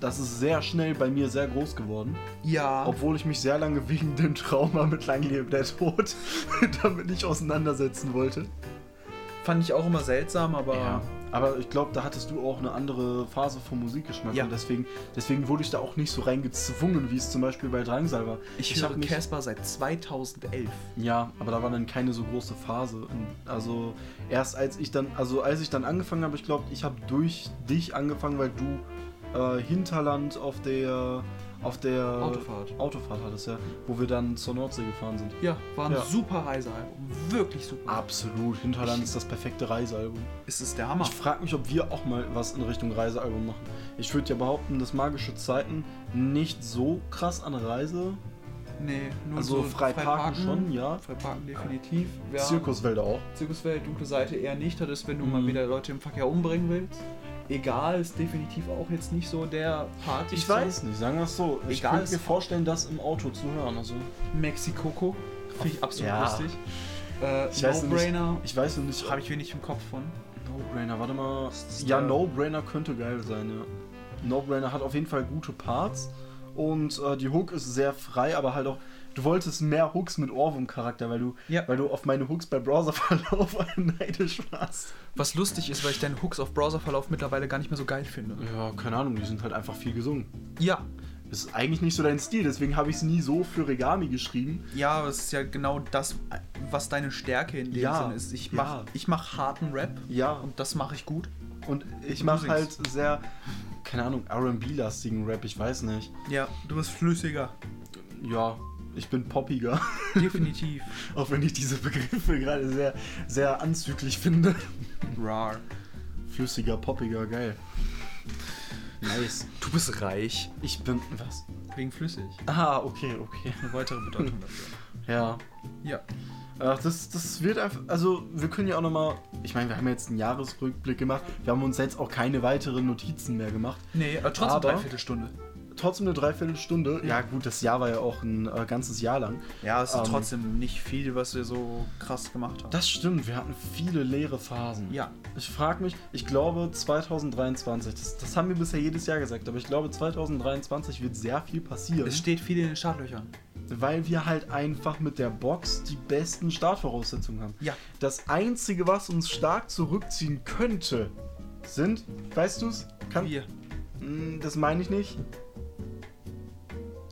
das ist sehr schnell bei mir sehr groß geworden.
Ja.
Obwohl ich mich sehr lange wegen dem Trauma mit Langleben der Tod damit nicht auseinandersetzen wollte.
Fand ich auch immer seltsam, aber.
Ja. Aber ich glaube, da hattest du auch eine andere Phase vom Musikgeschmack.
Ja.
Und deswegen, deswegen wurde ich da auch nicht so reingezwungen, wie es zum Beispiel bei Drangsal war.
Ich,
hab
höre Casper seit 2011.
Ja, aber da war
Mhm.
dann keine so große Phase. Und Also erst als ich dann, also als ich dann angefangen habe, ich glaube, ich habe durch dich angefangen, weil du äh, Hinterland auf der Auf der
Autofahrt.
Autofahrt hat es ja, wo wir dann zur Nordsee gefahren sind.
Ja, war ein
Ja.
super Reisealbum. Wirklich super.
Absolut, Hinterland ist das perfekte Reisealbum.
Es ist der Hammer.
Ich frage mich, ob wir auch mal was in Richtung Reisealbum machen. Ich würde ja behaupten, dass magische Zeiten nicht so krass an Reise,
Nee, nur
also
so
frei parken schon, ja.
Freiparken definitiv. Ja,
Zirkuswälder auch.
Zirkuswelt, dunkle Seite eher nicht. Das ist, wenn du mal
Mhm.
wieder Leute im Verkehr umbringen willst. Egal, ist definitiv auch jetzt nicht so der Party.
Ich weiß nicht, sagen wir es so. Ich
Egal,
könnte
es-
mir vorstellen, das im Auto zu hören. Also,
Mexikoko. Finde ich absolut
Ja.
lustig. Äh,
Ich weiß
No-Brainer.
ich weiß noch nicht,
Habe ich wenig im Kopf von.
No-Brainer, warte mal.
ist
Ja,
der-
No-Brainer könnte geil sein, ja. No-Brainer hat auf jeden Fall gute Parts und äh, die Hook ist sehr frei, aber halt auch. Du wolltest mehr Hooks mit Ohrwurm-Charakter, weil du,
Ja.
weil du auf meine Hooks bei Browserverlauf neidisch warst.
Was lustig ist, weil ich deinen Hooks auf Browserverlauf mittlerweile gar nicht mehr so geil finde.
Ja, keine Ahnung, die sind halt einfach viel gesungen.
Ja,
Das ist eigentlich nicht so dein Stil, deswegen habe ich es nie so für Regami geschrieben.
ja, aber es ist ja genau das, was deine Stärke in dem
Ja,
Sinne ist. Ich mache
ja.
ich mach harten Rap
Ja,
und das mache ich gut.
und ich
Du
mache
singst.
halt sehr, keine Ahnung, RB-lastigen Rap, ich weiß nicht.
Ja, du bist flüssiger.
Ja, ich bin poppiger.
Definitiv.
Auch wenn ich diese Begriffe gerade sehr, sehr anzüglich finde.
Rar.
Flüssiger, poppiger, geil. Nice.
Du bist reich.
Ich bin. Was?
Wegen flüssig.
Ah, okay, okay.
Eine weitere Bedeutung dafür.
Ja.
Ja.
Ach, das, das wird einfach. Also, wir können ja auch nochmal. Ich meine, wir haben jetzt einen Jahresrückblick gemacht. Wir haben uns jetzt auch keine weiteren Notizen mehr gemacht.
Nee, aber trotzdem
Aber-
Dreiviertelstunde.
Trotzdem eine Dreiviertelstunde. Ja, gut, das Jahr war ja auch ein äh, ganzes Jahr lang.
Ja, es ist
Ähm.
trotzdem nicht viel, was wir so krass gemacht haben.
Das stimmt, wir hatten viele leere Phasen.
Ja.
Ich frage mich, ich glaube 2023, das, das haben wir bisher jedes Jahr gesagt, aber ich glaube 2023 wird sehr viel passieren,
Es steht viel in den Startlöchern.
weil wir halt einfach mit der Box die besten Startvoraussetzungen haben.
Ja.
Das Einzige, was uns stark zurückziehen könnte, sind, weißt du es? Kann-
Wir.
Mm, Das meine ich nicht.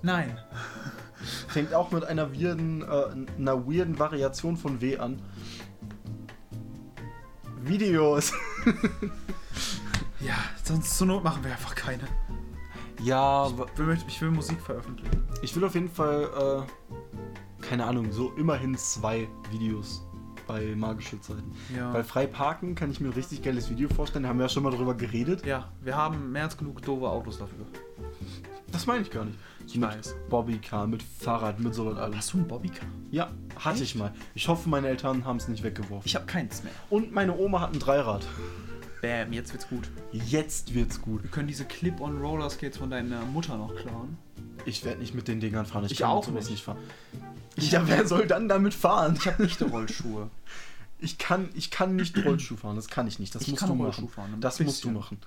Nein.
Fängt auch mit einer weirden, äh, einer weirden Variation von W an. Videos.
Ja, sonst zur Not machen wir einfach keine.
Ja,
Ich will, ich will Musik veröffentlichen.
Ich will auf jeden Fall, äh, keine Ahnung, so immerhin zwei Videos bei magische Zeiten.
Ja.
Weil frei parken kann ich mir ein richtig geiles Video vorstellen, da haben wir ja schon mal drüber geredet.
Ja, wir haben mehr als genug doofe Autos dafür.
Das meine ich gar nicht.
Ich
So mit
weiß.
Bobbycar, mit Fahrrad, mit sowas alles.
Hast du einen Bobbycar?
Ja, hatte
Echt?
ich mal. Ich hoffe, meine Eltern haben es nicht weggeworfen.
Ich habe keins mehr.
Und meine Oma hat ein Dreirad.
Bam, jetzt wird's gut.
Jetzt wird's gut.
Wir können diese Clip-on Rollerskates von deiner Mutter noch klauen.
Ich werde nicht mit den Dingern fahren. Ich,
Ich
kann
auch
mit sowas
nicht.
nicht fahren. Ja, wer soll dann damit fahren?
Ich habe echte Rollschuhe.
Ich kann, ich kann nicht Rollschuh fahren. Das kann ich nicht. Das
Ich
musst
kann
du
Rollschuh
machen.
fahren, ein
das musst du
bisschen.
machen.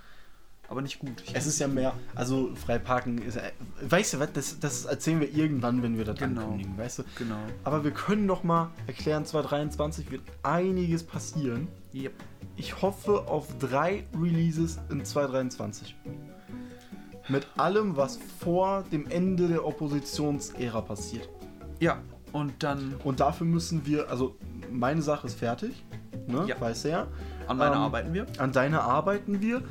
Aber nicht gut. Ich
Es ist ja mehr, also frei parken ist, äh, weißt du was, das, das erzählen wir irgendwann, wenn wir das
Genau.
ankündigen, weißt du?
genau.
Aber wir können noch mal erklären, 2023 wird einiges passieren.
Yep.
Ich hoffe auf drei Releases in 2023. Mit allem, was vor dem Ende der Oppositionsära passiert.
Ja, und dann
Und dafür müssen wir, also meine Sache ist fertig, ne,
Ja.
weißt du ja.
an meiner
Ähm,
arbeiten wir.
An deiner arbeiten wir.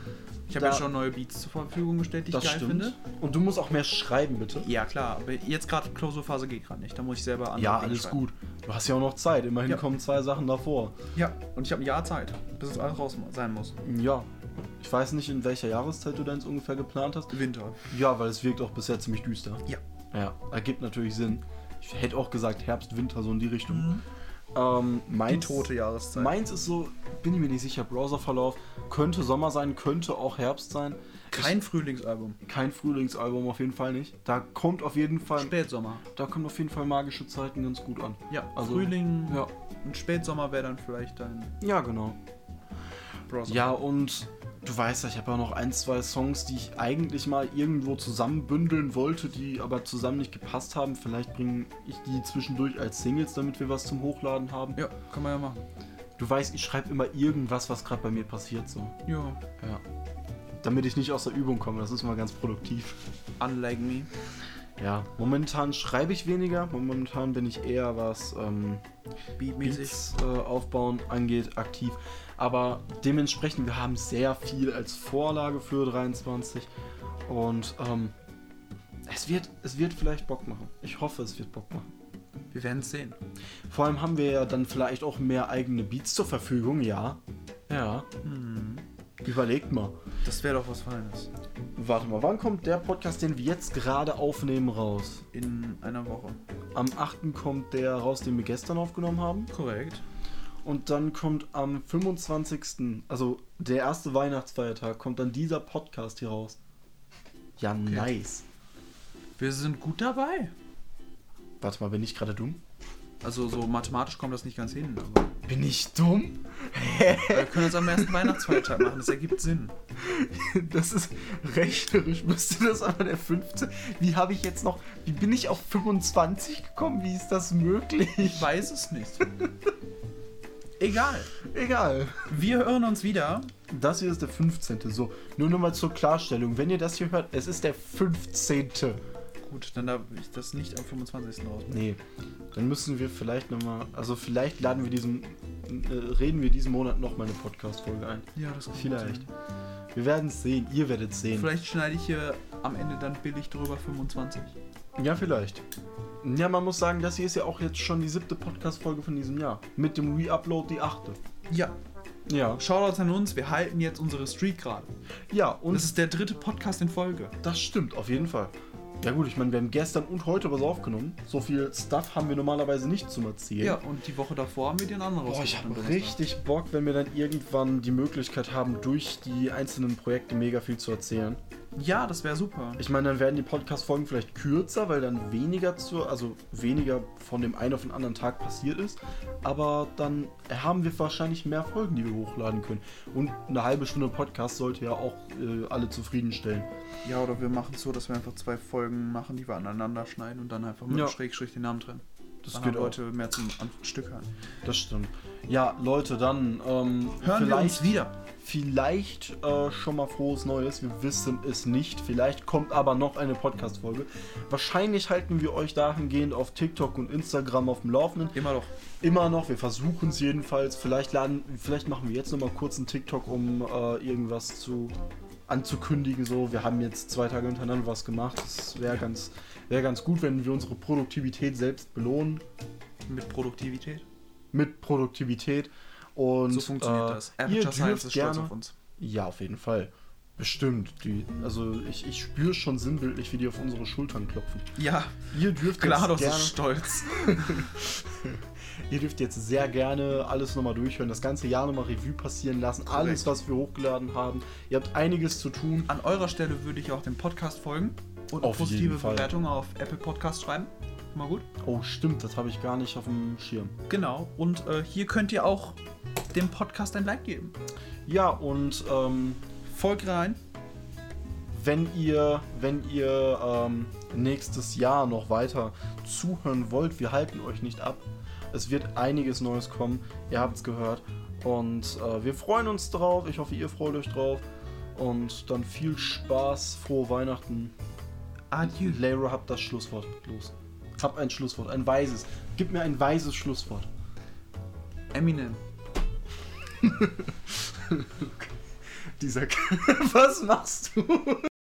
Ich habe ja
da-
schon neue Beats zur Verfügung gestellt, die ich geil finde.
Und du musst auch mehr schreiben, bitte.
Ja, klar, aber jetzt gerade Klausurphase geht gerade nicht. Da muss ich selber an.
Ja, alles gut. Du hast ja auch noch Zeit. Immerhin
Ja.
kommen zwei Sachen davor.
Ja, und ich habe ein Jahr Zeit, bis es alles raus sein muss.
Ja. Ich weiß nicht, in welcher Jahreszeit du deins ungefähr geplant hast.
Winter.
Ja, weil es wirkt auch bisher ziemlich düster.
Ja.
Ja, ergibt natürlich Sinn. Ich hätte auch gesagt Herbst, Winter, so in die Richtung. Ähm,
Mhm. Die
meins,
tote Jahreszeit.
Meins ist so, bin ich mir nicht sicher, Browserverlauf. Könnte Sommer sein, könnte auch Herbst sein.
Kein Frühlingsalbum.
Ich, kein Frühlingsalbum auf jeden Fall nicht. Da kommt auf jeden Fall,
Spätsommer.
da kommt auf jeden Fall magische Zeiten ganz gut an.
Ja,
Also,
Frühling
Ja,
und Spätsommer wäre dann vielleicht dein
ja genau.
Browser.
Ja, und du weißt ja, ich habe ja noch ein, zwei Songs, die ich eigentlich mal irgendwo zusammenbündeln wollte, die aber zusammen nicht gepasst haben. Vielleicht bringe ich die zwischendurch als Singles, damit wir was zum Hochladen haben.
Ja, kann man ja machen.
Du weißt, ich schreibe immer irgendwas, was gerade bei mir passiert, so.
Ja.
Ja. Damit ich nicht aus der Übung komme, das ist immer ganz produktiv.
Unlike me.
Ja. Momentan schreibe ich weniger, momentan bin ich eher was ähm,
Beatmäßig.
Beats äh, aufbauen angeht, aktiv. Aber dementsprechend, wir haben sehr viel als Vorlage für 23 und ähm, Es wird, es wird vielleicht Bock machen. Ich hoffe, es wird Bock machen.
Wir werden es sehen.
Vor allem haben wir ja dann vielleicht auch mehr eigene Beats zur Verfügung, ja. Ja. Überlegt mal.
Das wäre doch was Feines.
Warte mal, wann kommt der Podcast, den wir jetzt gerade aufnehmen, raus?
In einer Woche.
Am 8. kommt der raus, den wir gestern aufgenommen haben.
Korrekt.
Und dann kommt am 25., also der erste Weihnachtsfeiertag, kommt dann dieser Podcast hier raus. Ja, nice.
Wir sind gut dabei.
Warte mal, bin ich gerade dumm?
Also so mathematisch kommt das nicht ganz hin, aber
Bin ich dumm?
wir können es am ersten Weihnachtsfeiertag machen, das ergibt Sinn.
Das ist rechnerisch, müsste das aber der 15. Wie habe ich jetzt noch, wie bin ich auf 25 gekommen? Wie ist das möglich?
Ich weiß es nicht. Egal.
Egal.
Wir hören uns wieder.
Das hier ist der 15. So, nur nochmal zur Klarstellung. Wenn ihr das hier hört, es ist der 15.
Gut, dann darf ich das nicht am 25. raus.
Nee, dann müssen wir vielleicht nochmal, also vielleicht laden wir diesen, äh, reden wir diesen Monat nochmal eine Podcast-Folge ein.
Ja, das kann
Vielleicht. Wir werden es sehen, ihr werdet es sehen.
Vielleicht schneide ich hier am Ende dann billig drüber 25.
Ja, vielleicht. Ja, man muss sagen, das hier ist ja auch jetzt schon die siebte Podcast-Folge von diesem Jahr. Mit dem Reupload die achte.
Ja.
Ja.
Shoutouts an uns, wir halten jetzt unsere Streak gerade.
Ja, und
Das
das,
ist der dritte Podcast in Folge.
stimmt, auf jeden Fall. Ja gut, ich meine, wir haben gestern und heute was aufgenommen. So viel Stuff haben wir normalerweise nicht zum Erzählen.
Ja, und die Woche davor haben wir den anderen
Boah, ich
rausgebracht am
habe
Donnerstag.
richtig Bock, wenn wir dann irgendwann die Möglichkeit haben, durch die einzelnen Projekte mega viel zu erzählen.
Ja, das wäre super.
Ich meine, dann werden die Podcast-Folgen vielleicht kürzer, weil dann weniger zu, also weniger von dem einen auf den anderen Tag passiert ist. Aber dann haben wir wahrscheinlich mehr Folgen, die wir hochladen können. Und eine halbe Stunde Podcast sollte ja auch äh, alle zufriedenstellen.
Ja, oder wir machen es so, dass wir einfach zwei Folgen machen, die wir aneinander schneiden und dann einfach mit
Ja.
dem Schrägstrich den Namen trennen.
Das
Dann
geht
haben
auch.
Leute mehr zum an Stück hören.
Das stimmt. Ja, Leute, dann ähm,
Hören wir uns
vielleicht,
wieder.
vielleicht äh, schon mal frohes Neues. Wir wissen es nicht. Vielleicht kommt aber noch eine Podcast-Folge. Wahrscheinlich halten wir euch dahingehend auf TikTok und Instagram auf dem Laufenden.
Immer doch.
Immer noch, wir versuchen es jedenfalls. Vielleicht laden, vielleicht machen wir jetzt nochmal kurz einen TikTok, um äh, irgendwas zu anzukündigen. So, wir haben jetzt zwei Tage hintereinander was gemacht. Es wäre ganz, wär ganz gut, wenn wir unsere Produktivität selbst belohnen
Mit Produktivität.
mit Produktivität. Und
So funktioniert
äh,
das.
Ihr
Aperture Science
dürft
ist stolz
gerne.
auf uns.
Ja, auf jeden Fall. Bestimmt. Die, also ich, ich spüre schon sinnbildlich, wie die auf unsere Schultern klopfen.
Ja,
Ihr dürft
klar,
jetzt
das
gerne.
ist stolz.
Ihr dürft jetzt sehr gerne alles nochmal durchhören, das ganze Jahr nochmal Revue passieren lassen, alles, was wir hochgeladen haben. Ihr habt einiges zu tun.
An eurer Stelle würde ich auch dem Podcast folgen und eine
Auf
positive
jeden Fall.
Bewertung auf Apple Podcast schreiben. Mal gut.
Oh, stimmt, das habe ich gar nicht auf dem Schirm.
Genau. Und äh, hier könnt ihr auch dem Podcast ein Like geben.
Ja, und ähm,
Folgt rein.
wenn ihr, wenn ihr ähm, nächstes Jahr noch weiter zuhören wollt, wir halten euch nicht ab. Es wird einiges Neues kommen, ihr habt es gehört. Und äh, wir freuen uns drauf. Ich hoffe, ihr freut euch drauf. Und dann viel Spaß, frohe Weihnachten.
Adieu.
Lara, hab das Schlusswort. Los. Hab ein Schlusswort, ein weises. Gib mir ein weises Schlusswort.
Eminem.
Dieser. Was machst du?